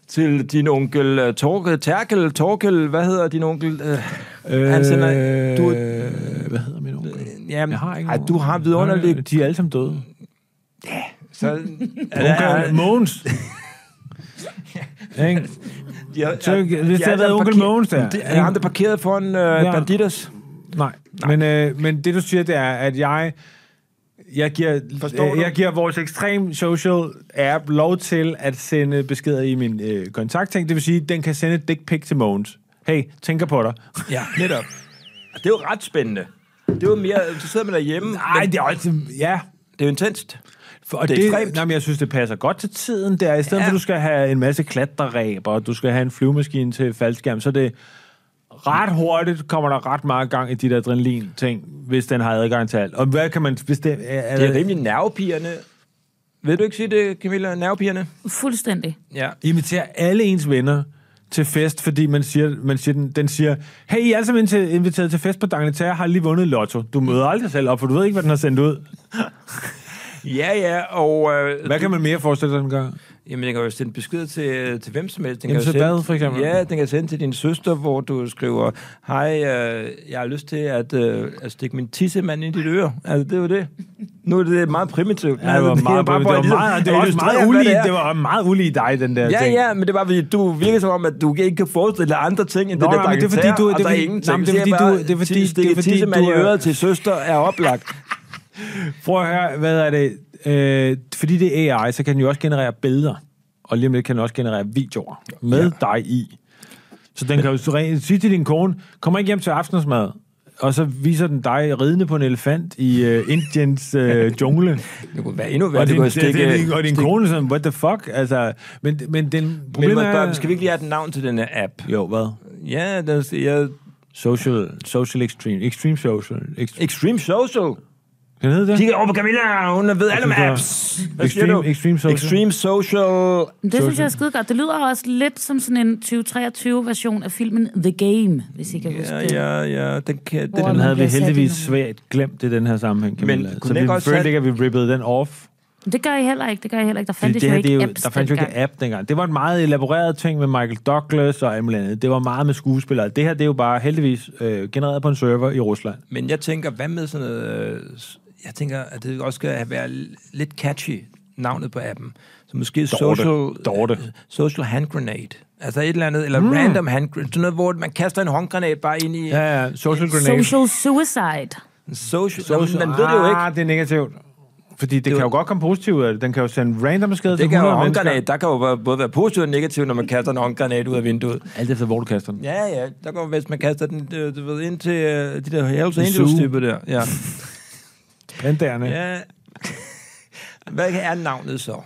A: til din onkel øh, Torkel, Terkel, Torkel, hvad hedder din onkel? Øh, han sender, du,
B: Øh, Hvad hedder min onkel?
A: jamen,
B: Jeg har ikke
A: ej,
B: nogen.
A: du har vidunderligt.
B: De er alle sammen døde.
A: Så,
B: Onkel Mogens. Ikke?
A: Ja,
B: Så hvis det havde
A: han
B: været
A: der
B: onkel
A: parker-
B: Mogens der,
A: Det
B: ikke?
A: er ham, der parkerede foran øh,
B: Ja.
A: ja. Banditas.
B: Nej, men, øh, men det du siger, det er, at jeg, jeg, giver,
A: Forstår
B: øh,
A: du?
B: jeg giver vores ekstrem social app lov til at sende beskeder i min øh, kontaktting. Det vil sige, at den kan sende et dick pic til Mogens. Hey, tænker på dig.
A: Ja, netop. Og Det er jo ret spændende. Det er jo mere, så sidder man derhjemme.
B: Nej,
A: men
B: det er også... Ja.
A: det er jo intenst.
B: For, og
A: Det
B: det,
A: er
B: det
A: ekstremt.
B: nej, men jeg synes, det passer godt til tiden der. I stedet
A: Ja.
B: ja. for, at du skal have en masse klatreræb, og du skal have en flyvemaskine til faldskærm, så er det ret hurtigt kommer der ret meget gang i de der adrenalin-ting, hvis den har adgang til alt. Og hvad kan man bestemme? Er,
A: Det er rimelig nervepigerne. Vil du ikke sige det, Camilla? Nervepigerne?
D: Fuldstændig.
A: Ja.
B: invitere alle ens venner til fest, fordi man siger, man siger, den, den siger, hey, I er alle sammen invite- inviteret til fest på Dagnetær, har lige vundet i lotto. Du møder aldrig selv op, for du ved ikke, hvad den har sendt ud.
A: Ja, ja, og... Øh,
B: Hvad kan man mere forestille sig, den gør?
A: Jamen, den kan jo sende beskeder til, til hvem som helst. Den
B: Jamen,
A: kan jo
B: til
A: sende,
B: hvad, for eksempel?
A: Ja, den kan sende til din søster, hvor du skriver, hej, øh, jeg har lyst til at, øh, at stikke min tissemand ind i dit øre. Altså, det er jo det. Nu er det meget primitivt.
B: Ja, det var meget, det var, meget, det var også meget ulig,
A: ulige.
B: det var meget ulig dig, den der
A: Ja,
B: ting.
A: ja, men det var fordi, du virker som om, at du ikke kan forestille dig andre ting, end
B: Nå,
A: det der
B: nej, men det er fordi,
A: dokumentar,
B: du-
A: og
B: det er
A: der er
B: fordi-
A: ingenting.
B: nej, men det er
A: Så
B: fordi,
A: jeg
B: du-
A: bare,
B: det er fordi-
A: "Tis-
B: det er fordi,
A: tissemand
B: du
A: i
B: er-
A: øret til søster er oplagt.
B: Prøv at høre, hvad er det? Øh, fordi det er AI, så kan den jo også generere billeder. Og lige om lidt kan den også generere videoer med ja. dig i. Så den kan jo så rent sige til din kone, kom ikke hjem til aftensmad. Og så viser den dig ridende på en elefant i øh, Indiens øh, jungle.
A: Det kunne være endnu værre.
B: og,
A: Det
B: din,
A: kunne
B: det, det,
A: stikke...
B: det, og din kone sådan, what the fuck? Altså, men, men øh- den...
A: Men
B: problemet
A: man
B: er-
A: bør, skal vi ikke lige have et navn til den her app?
B: Jo, hvad?
A: Ja, den, ja,
B: Social, social extreme. Extreme social. Extreme.
A: Extreme Social.
B: Kan den hedde det?
A: Kig over på Camilla, hun ved alle om
B: synes, det er-
A: apps. Hvad siger
B: Extreme-
A: du?
B: Extreme Social.
A: Extreme Social.
D: Men det synes jeg er skide godt. Det lyder også lidt som sådan en 2023-version af filmen The Game, hvis I kan huske
A: Ja,
D: det.
A: ja, ja. Den, kan, den,
D: Hvor
B: Den
D: man
B: havde vi
D: bliver sat i
B: heldigvis
D: nogle-
B: svært glemt i den her sammenhæng, Camilla. Men,
A: kunne
B: så
A: den
B: vi
A: ikke
B: følte
A: også have-
B: ikke, at vi rippede den off.
D: Det gør jeg heller ikke. Det gør jeg heller ikke. Der
B: Fordi
D: fandtes det, jo
B: her,
D: ikke
B: det er
D: apps
B: der fandt jo ikke
D: dengang.
B: app dengang. Det var en meget elaboreret ting med Michael Douglas og alt muligt andet. Det var meget med skuespillere. Det her, det er jo bare heldigvis øh, genereret på en server i Rusland.
A: Men jeg tænker, hvad med sådan noget... øh, s- Jeg tænker, at det også skal være l- lidt catchy, navnet på appen. Så måske social... øh,
B: Dorte. Hmm.
A: Social hand grenade. Altså et eller andet, eller mm. random hand grenade. Sådan noget, hvor man kaster en håndgranat bare ind i... Ja.
B: Ja, ja, social grenade.
D: Social Suicide.
A: Social, social.
B: social.
A: Man, man ved det jo ikke.
B: Ah, det er negativt. Fordi det, det kan jo godt komme positivt ud af det. Den kan jo sende random beskeder til
A: Det kan jo
B: 100
A: håndgranat.
B: mennesker. Mm.
A: Der kan jo være- både være positivt og negativt, når man kaster en håndgranat ud af vinduet.
B: Alt efter, hvor du kaster den.
A: Ja, ja. Der går, hvis man kaster den øh, du ved, ind til øh, de der Hells
B: zoo.
A: Angels-type der. Ja.
B: Pandagerne.
A: ja. Hvad er navnet så?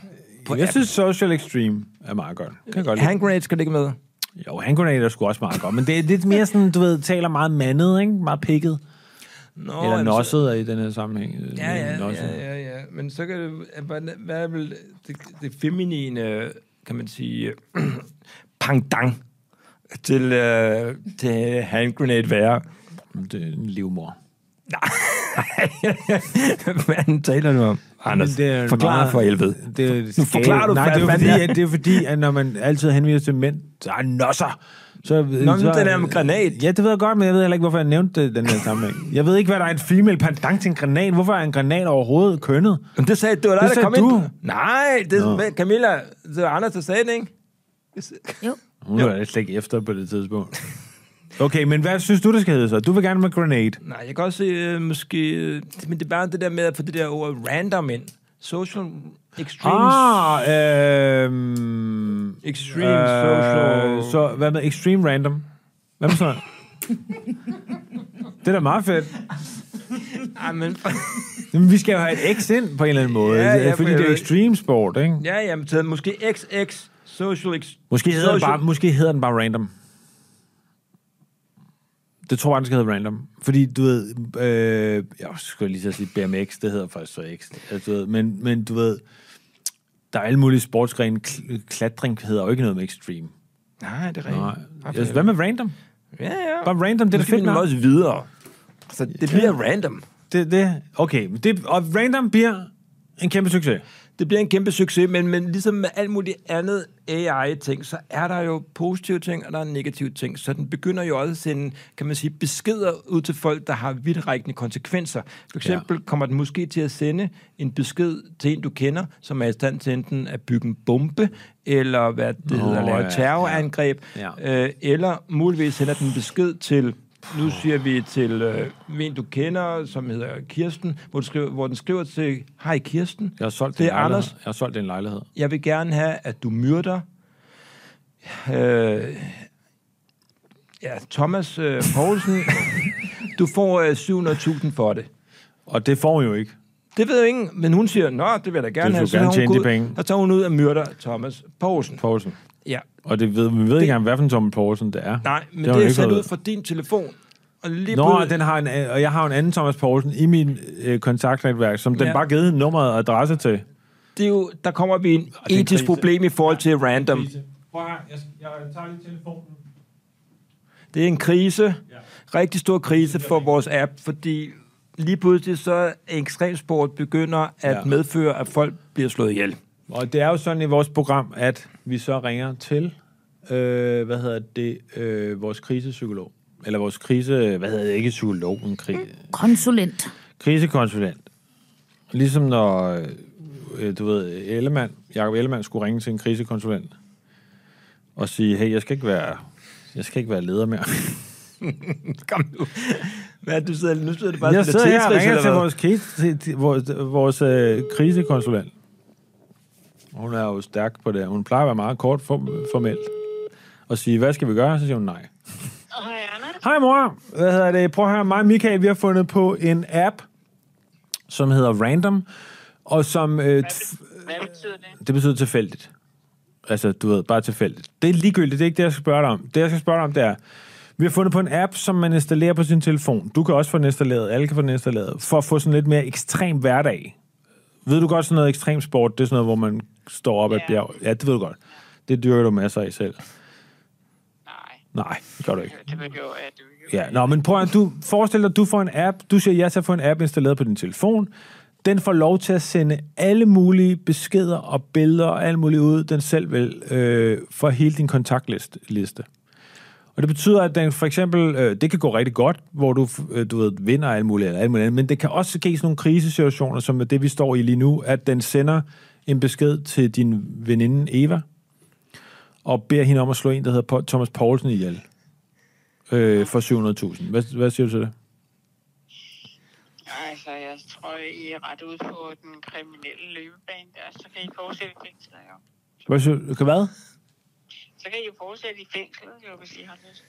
A: på
B: Jeg synes, Social Extreme er meget godt. Kan jeg godt lide.
A: Hand grenade skal ligge med.
B: Jo, han kunne er sgu også meget godt, men det er lidt mere sådan, du ved, taler meget mandet, ikke? Meget pikket.
A: Nå,
B: Eller
A: jamen, så-
B: nosset er i den her sammenhæng.
A: Ja, ja,
B: Nosset.
A: ja, ja, ja. Men så kan det, hvad- hvad er vel det, det feminine, kan man sige, pangdang til, øh, til handgrenade være?
B: Det er en livmor.
A: hvad fanden taler du om, Anders?
B: Men det er
A: Forklar
B: meget-
A: for helvede.
B: Det er
A: Nu
B: skade-
A: forklarer du,
B: Nej,
A: hvad
B: det er,
A: fanden
B: fordi,
A: det er.
B: at, det er fordi, at når man altid henviser til mænd, så er nosser. Så, Nå,
A: men den der med granat.
B: Ja, det ved jeg godt, men jeg ved heller ikke, hvorfor jeg nævnte det i den her sammenhæng. Jeg ved ikke, hvad der er en female pendant til en granat. Hvorfor er en granat overhovedet kønnet?
A: Men det sagde du, det
B: Det
A: der
B: sagde
A: kom
B: du.
A: ind. Nej, det
B: Nå.
A: er Camilla, det var Anders, der sagde det, ikke?
D: Jo.
B: Hun er slet ikke efter på det tidspunkt. Okay, men hvad synes du, det skal hedde så? Du vil gerne med granat.
A: Nej, jeg kan også se, øh, måske... øh, Men det er bare det der med at få det der ord random ind. Social extremes.
B: Ah, øh,
A: Extreme social...
B: Så hvad med extreme random? Hvad med sådan noget? Det er da meget fedt.
A: Ej, men...
B: Jamen, vi skal jo have et X ind på en eller anden måde,
A: Ja,
B: ja,
A: ja,
B: ja,
A: for
B: fordi det er
A: jeg-
B: extreme sport, ikke? Ja.
A: ja, jamen, taget måske XX social... Ex,
B: Måske, hedder den
A: social,
B: bare, måske hedder den bare random. Det tror jeg, den skal hedde random. Fordi, du ved, øh, jeg skulle lige så sige BMX, det hedder faktisk så X. Altså, du ved, men, men du ved, der er alle mulige sportsgrene. Kl- Klatring hedder jo ikke noget med extreme.
A: Nej, det er
B: Nej.
A: rigtigt. Nej,
B: Altså, hvad med random?
A: Ja, ja.
B: Bare random, det er da fedt nok.
A: også videre. Så det bliver random.
B: Det, det, okay, men det, og random bliver en kæmpe succes.
A: Det bliver en kæmpe succes, men, men ligesom med alt muligt andet AI-ting, så er der jo positive ting, og der er negative ting. Så den begynder jo også at sende, kan man sige, beskeder ud til folk, der har vidtrækkende konsekvenser. For eksempel ja. kommer den måske til at sende en besked til en, du kender, som er i stand til enten at bygge en bombe, eller hvad det
B: Nå,
A: hedder, lave
B: ja,
A: et terrorangreb,
B: ja.
A: ja. øh, eller muligvis sender den besked til nu siger vi til øh, en, du kender, som hedder Kirsten, hvor, du skriver, hvor den skriver til, hej Kirsten,
B: Jeg har solgt
A: det
B: en
A: er
B: lejlighed.
A: Anders,
B: Jeg har solgt en lejlighed.
A: jeg vil gerne have, at du myrder øh, ja, Thomas øh, Poulsen. du får øh, 700.000 for det.
B: Og det får hun jo ikke.
A: Det ved jo ingen, men hun siger, nå, det vil jeg da gerne
B: vil
A: have.
B: du gerne
A: tager hun
B: tjene
A: ud-
B: de penge.
A: Og tager hun ud og myrder Thomas Poulsen.
B: Poulsen.
A: Ja.
B: Og det ved, vi ved ikke engang, hvad for en Tommy Poulsen det er.
A: Nej, men det,
B: har
A: det
B: hun
A: er
B: ikke
A: sendt
B: fået
A: ud fra din telefon. Og lige
B: Nå,
A: pludselig-
B: og den har en, og jeg har jo en anden Thomas Poulsen i min øh, kontaktnetværk, som den
A: Ja.
B: bare har givet nummeret og adresse til.
A: det er jo, der kommer vi i en
B: er en
A: etisk
B: krise.
A: problem i forhold til random.
B: Prøv at jeg, jeg tager lige telefonen.
A: Det er en krise, rigtig stor krise for vores app, fordi lige pludselig så ekstremsport begynder at
B: Ja.
A: medføre, at folk bliver slået ihjel.
B: Og det er jo sådan i vores program, at vi så ringer til, øh, hvad hedder det, øh, vores krisepsykolog. Eller vores krise, hvad hedder det, ikke psykolog, men krise.
D: Konsulent.
B: krisekonsulent. Ligesom når, øh, øh, du ved, Ellemann, Jacob Ellemann skulle ringe til en krisekonsulent og sige, hey, jeg skal ikke være, jeg skal ikke være leder mere.
A: Kom nu. Hvad, er det, du sidder, nu sidder du bare
B: jeg
A: og spiller
B: sidder her og
A: Tetris,
B: ringer
A: eller
B: til
A: hvad?
B: vores, krise, til, til vores, vores øh, krisekonsulent. Hun er jo stærk på det. Hun plejer at være meget kort for, formelt. Og sige, hvad skal vi gøre? Så siger hun nej. Hej mor. Hvad hedder det? Prøv at høre, mig og Michael, vi har fundet på en app, som hedder Random, og som... Øh, t-
E: Hvad betyder det?
B: Det betyder tilfældigt. Altså, du ved, bare tilfældigt. Det er ligegyldigt, det er ikke det, jeg skal spørge dig om. Det, jeg skal spørge dig om, det er, vi har fundet på en app, som man installerer på sin telefon. Du kan også få den installeret, alle kan få den installeret, for at få sådan lidt mere ekstrem hverdag. Ved du godt sådan noget ekstrem sport? Det er sådan noget, hvor man står op ad
E: Ja.
B: bjerg. Ja, det ved du godt. Det dyrker du masser af selv.
E: Nej,
B: Nej, det gør du ikke.
E: det vil jo, at du ikke.
B: Ja, nå, men prøv at du forestil dig, du får en app, du siger ja til at få en app installeret på din telefon. Den får lov til at sende alle mulige beskeder og billeder og alt muligt ud, den selv vil, øh, for hele din kontaktliste. liste. Og det betyder, at den for eksempel, øh, det kan gå rigtig godt, hvor du, f- øh, du ved, vinder alt muligt, eller alt muligt andet, men det kan også ske i sådan nogle krisesituationer, som er det, vi står i lige nu, at den sender en besked til din veninde Eva, og beder hende om at slå en, der hedder Po- Thomas Poulsen ihjel øh, for 700.000. Hvad, hvad siger du til det?
E: Altså, jeg tror, I er ret ude på den kriminelle løbebane der. Så kan I fortsætte i fængslet, jo.
B: Hvad siger du? Hvad?
E: Så kan I jo fortsætte i fængslet, jo, hvis I har lyst.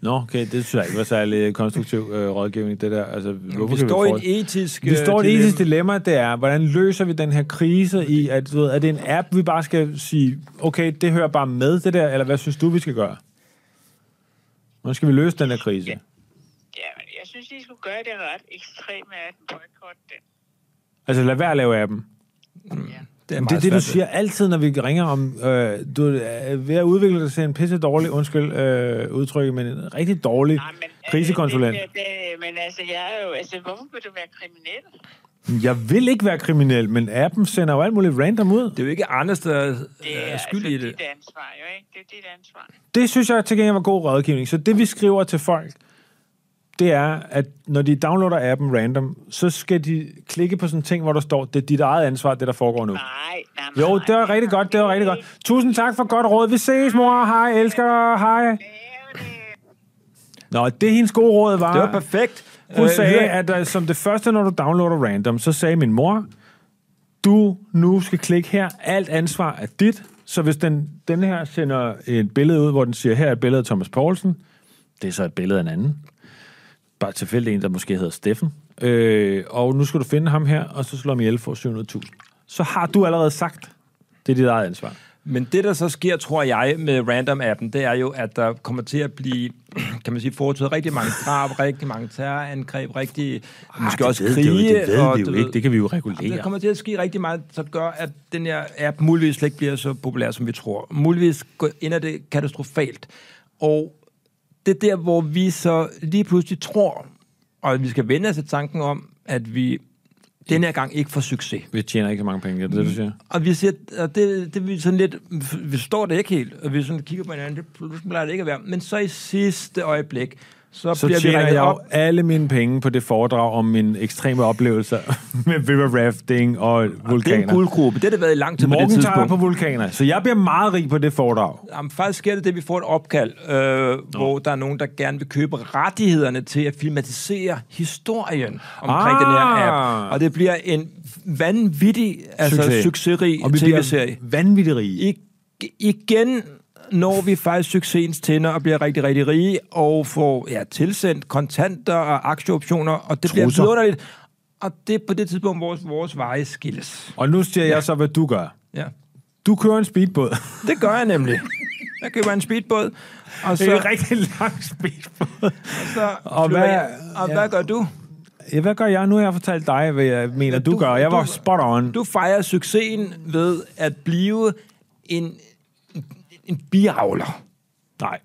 B: Nå, okay, det synes jeg ikke var særlig konstruktiv øh, rådgivning, det der. Altså, hvorfor
A: Vi
B: kan
A: står
B: få-
A: i et etisk
B: Vi
A: øh,
B: står i et
A: dilemma.
B: etisk dilemma, det er, hvordan løser vi den her krise i, at du ved, er det en app, vi bare skal sige, okay, det hører bare med det der, eller hvad synes du, vi skal gøre? Hvordan skal vi løse den her krise?
E: Ja, men jeg synes, I skulle gøre det ret ekstreme af den boykot. Den.
B: Altså lad være at lave appen.
A: Det er,
B: Det er det, du siger altid, når vi ringer om, øh, du er ved at udvikle dig til en pisse dårlig, undskyld øh, udtryk, men en rigtig dårlig
E: Nej, men, øh,
B: krisekonsulent.
E: Det, det, det, men altså, jeg er jo, altså, hvorfor vil du være kriminel?
B: Jeg vil ikke være kriminel, men appen sender jo alt muligt random ud.
A: Det er jo ikke Anders, der er,
E: Det er
A: er skyld i
E: altså
A: det.
E: dit ansvar, jo ikke? Det er dit ansvar.
B: Det synes jeg til gengæld var god rådgivning. Så det, vi skriver til folk, det er, at når de downloader appen random, så skal de klikke på sådan en ting, hvor der står, det er dit eget ansvar, det der foregår nu.
E: Nej, nej, nej.
B: Jo, det var rigtig godt, det var rigtig godt. Tusind tak for godt råd. Vi ses, mor. Hej, elsker dig. Hej. Nå, det hendes gode råd var...
A: Det var perfekt.
B: Hun
A: Øh,
B: sagde,
A: hør-
B: at uh, som det første, når du downloader random, så sagde min mor, du nu skal klikke her. Alt ansvar er dit. Så hvis den, den her sender et billede ud, hvor den siger, her er et billede af Thomas Poulsen, det er så et billede af en anden. Bare tilfældig en, der måske hedder Steffen. Øh, og nu skal du finde ham her, og så slår ham ihjel for 700.000. Så har du allerede sagt, det er dit eget ansvar.
A: Men det, der så sker, tror jeg, med Random-appen, det er jo, at der kommer til at blive, kan man sige, foretaget rigtig mange drab, rigtig mange terrorangreb, rigtig,
B: Ah,
A: Arh, måske også krige. og du ved-
B: kan vi jo
A: Jamen,
B: regulere.
A: Der kommer til at ske rigtig meget, som gør, at den her app muligvis slet ikke bliver så populær, som vi tror. Muligvis går- ender det katastrofalt. Og det er der, hvor vi så lige pludselig tror, og vi skal vende os til tanken om, at vi den her gang ikke får succes.
B: Vi tjener ikke så mange penge, er det det, du siger?
A: Og vi siger, og det, det er vi sådan lidt, vi står det ikke helt, og vi sådan kigger på hinanden, det pludselig plejer det ikke at være. Men så i sidste øjeblik, så,
B: så
A: bliver vi
B: tjener
A: ringet
B: jeg
A: op.
B: jo alle mine penge på det foredrag om mine ekstreme oplevelser med river rafting og
A: Det er en
B: vulkaner.
A: guldgruppe, det har det været i lang tid på det
B: Morgen tager
A: tidspunkt.
B: på vulkaner, så jeg bliver meget rig på det foredrag.
A: Jamen, faktisk sker det det, at vi får et opkald, øh, hvor der er nogen, der gerne vil købe rettighederne til at filmatisere historien omkring
B: Ah.
A: den her app. Og det bliver en vanvittig, altså
B: Succes.
A: succes. succesrig
B: Og vi
A: tv-serie.
B: bliver vanvittigt rige.
A: I, igen når vi faktisk succesens tænder og bliver rigtig, rigtig rige og får ja, tilsendt kontanter og aktieoptioner, og det
B: Trusser.
A: bliver vidunderligt. Og det er på det tidspunkt, vores, vores veje skilles.
B: Og nu siger jeg så, hvad du gør.
A: Ja.
B: Du kører en speedbåd.
A: Det gør jeg nemlig. Jeg køber en speedbåd, og
B: Det er en
A: så,
B: rigtig lang speedbåd.
A: så
B: Og
A: og
B: hvad-
A: hvad, jeg. Og
B: ja.
A: hvad gør du?
B: Ja, hvad gør jeg? Nu har jeg fortalt dig, hvad jeg mener, du,
A: du-
B: gør. Jeg var
A: du-
B: spot on.
A: Du fejrer succesen ved at blive en, en biavler.
B: Nej.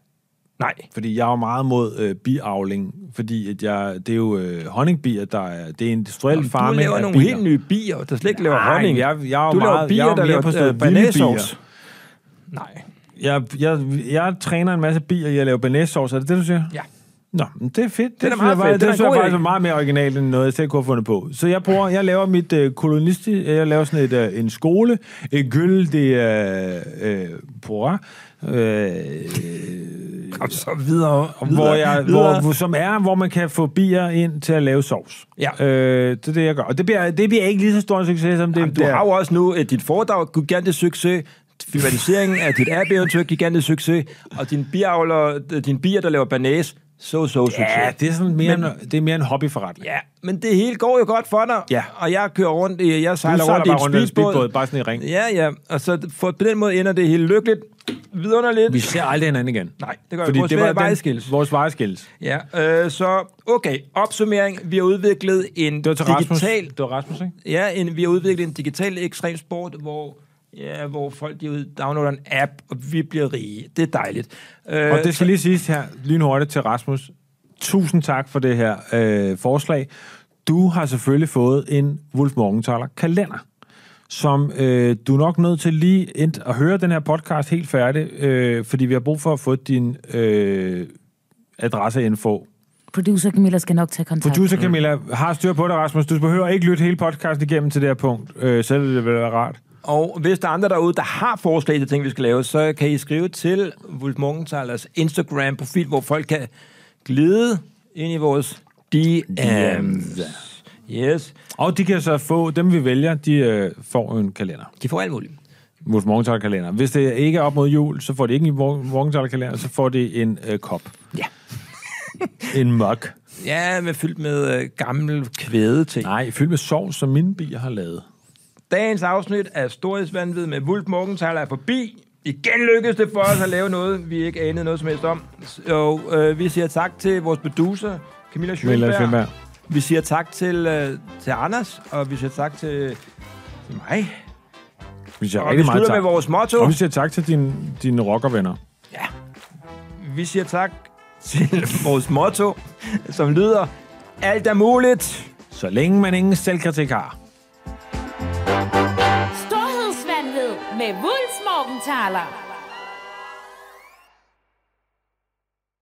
A: Nej.
B: Fordi jeg er jo meget mod øh, biavling, fordi at jeg, det er jo øh, honningbier, der er, det er industriel
A: Du
B: farming
A: laver
B: af
A: nogle
B: bier.
A: helt nye bier, der slet ikke laver
B: Nej,
A: honning.
B: jeg- jeg er jo
A: du
B: meget-
A: laver bier,
B: jeg er jo
A: der
B: mere på sådan
A: laver øh,
B: noget vilde
A: banæsauce. Nej.
B: Jeg, jeg, jeg træner en masse bier i at lave bearnaisesauce, er det det, du siger?
A: Ja.
B: Nå, men det er fedt. Det,
A: er da
B: synes
A: meget
B: jeg,
A: fedt. Det er
B: Det, det
A: da en
B: synes jeg
A: god
B: faktisk
A: idé.
B: er meget mere originalt, end noget, jeg selv kunne have fundet på. Så jeg, bruger, jeg laver mit øh, kolonisti, jeg laver sådan et, øh, en skole, et gyld, det er øh, pora, øh,
A: Kom så videre. Og
B: hvor jeg, hvor, hvor, som er, hvor man kan få bier ind til at lave sovs.
A: Ja.
B: Øh, det er det, jeg gør. Og det bliver, det bliver ikke lige så stor en succes, som det
A: Jamen, du
B: bliver.
A: har jo også nu et, dit foredrag, gigantisk succes, privatiseringen af dit app-eventyr, gigantisk succes, og din biavler, øh, din bier, der laver banæs, så så succes.
B: Ja, det er, sådan mere men, en, det er mere en hobbyforretning.
A: Ja, men det hele går jo godt for dig.
B: Ja.
A: Og jeg kører rundt i, jeg sejler
B: Du sejler
A: rundt i
B: bare
A: en
B: rundt i en
A: speedbåd.
B: speedbåd, bare sådan i ring.
A: Ja, ja. Og så for, på den måde ender det hele lykkeligt. Vidunderligt.
B: Vi ser aldrig hinanden igen.
A: Nej, det gør
B: Fordi
A: vi. Vores
B: det var
A: veje
B: den,
A: vejskilles.
B: vores vejeskilles.
A: Ja, øh, så okay. Opsummering. Vi har udviklet en
B: Det var til Rasmus.
A: digital...
B: Det var Rasmus, ikke?
A: Ja, en, vi har udviklet en digital ekstremsport, hvor, ja, hvor folk de ud- downloader en app, og vi bliver rige. Det er dejligt. Øh,
B: Og det skal lige siges her, lynhurtigt til Rasmus. Tusind tak for det her øh, forslag. Du har selvfølgelig fået en Wolf Morgenthaler kalender, som øh, du er nok nødt til lige ent- at høre den her podcast helt færdig, øh, fordi vi har brug for at få din øh, adresseinfo.
D: Producer Camilla skal nok tage kontakt.
B: Producer Camilla har styr på dig, Rasmus. Du behøver ikke lytte hele podcasten igennem til det her punkt, øh, selvom det ville være rart.
A: Og hvis der er andre derude, der har forslag til ting, vi skal lave, så kan I skrive til Wolf Morgenthalers Instagram-profil, hvor folk kan glide ind i vores DM's. Yes.
B: Og de kan så få, dem vi vælger, de øh, får en kalender.
A: De får alt muligt.
B: Vores morgentrækkalender. Hvis det ikke er op mod jul, så får de ikke en morgentrækkalender, så får de en øh, kop.
A: Ja.
B: En mok.
A: Ja, med fyldt med øh, gamle kvædeting.
B: Nej, fyldt med sovs, som mine bier har lavet.
A: Dagens afsnit af Storhedsvandvid med Wulf Morgenthaler er forbi. Igen lykkedes det for os at lave noget, vi ikke anede noget som helst om. Så øh, vi siger tak til vores producer, Camilla
B: Camilla Schønberg.
A: Schønberg. Vi siger tak til, øh, til Anders, og vi siger tak til, til mig.
B: Vi siger
A: Og vi
B: rigtig meget
A: slutter med
B: tak.
A: vores motto.
B: Og vi siger tak til dine, dine rockervenner.
A: Vi siger tak til vores motto, som lyder, alt er muligt.
B: Så længe man ingen selvkritik har.
C: Storhedsvandvid med Wulfs Morgenthaler.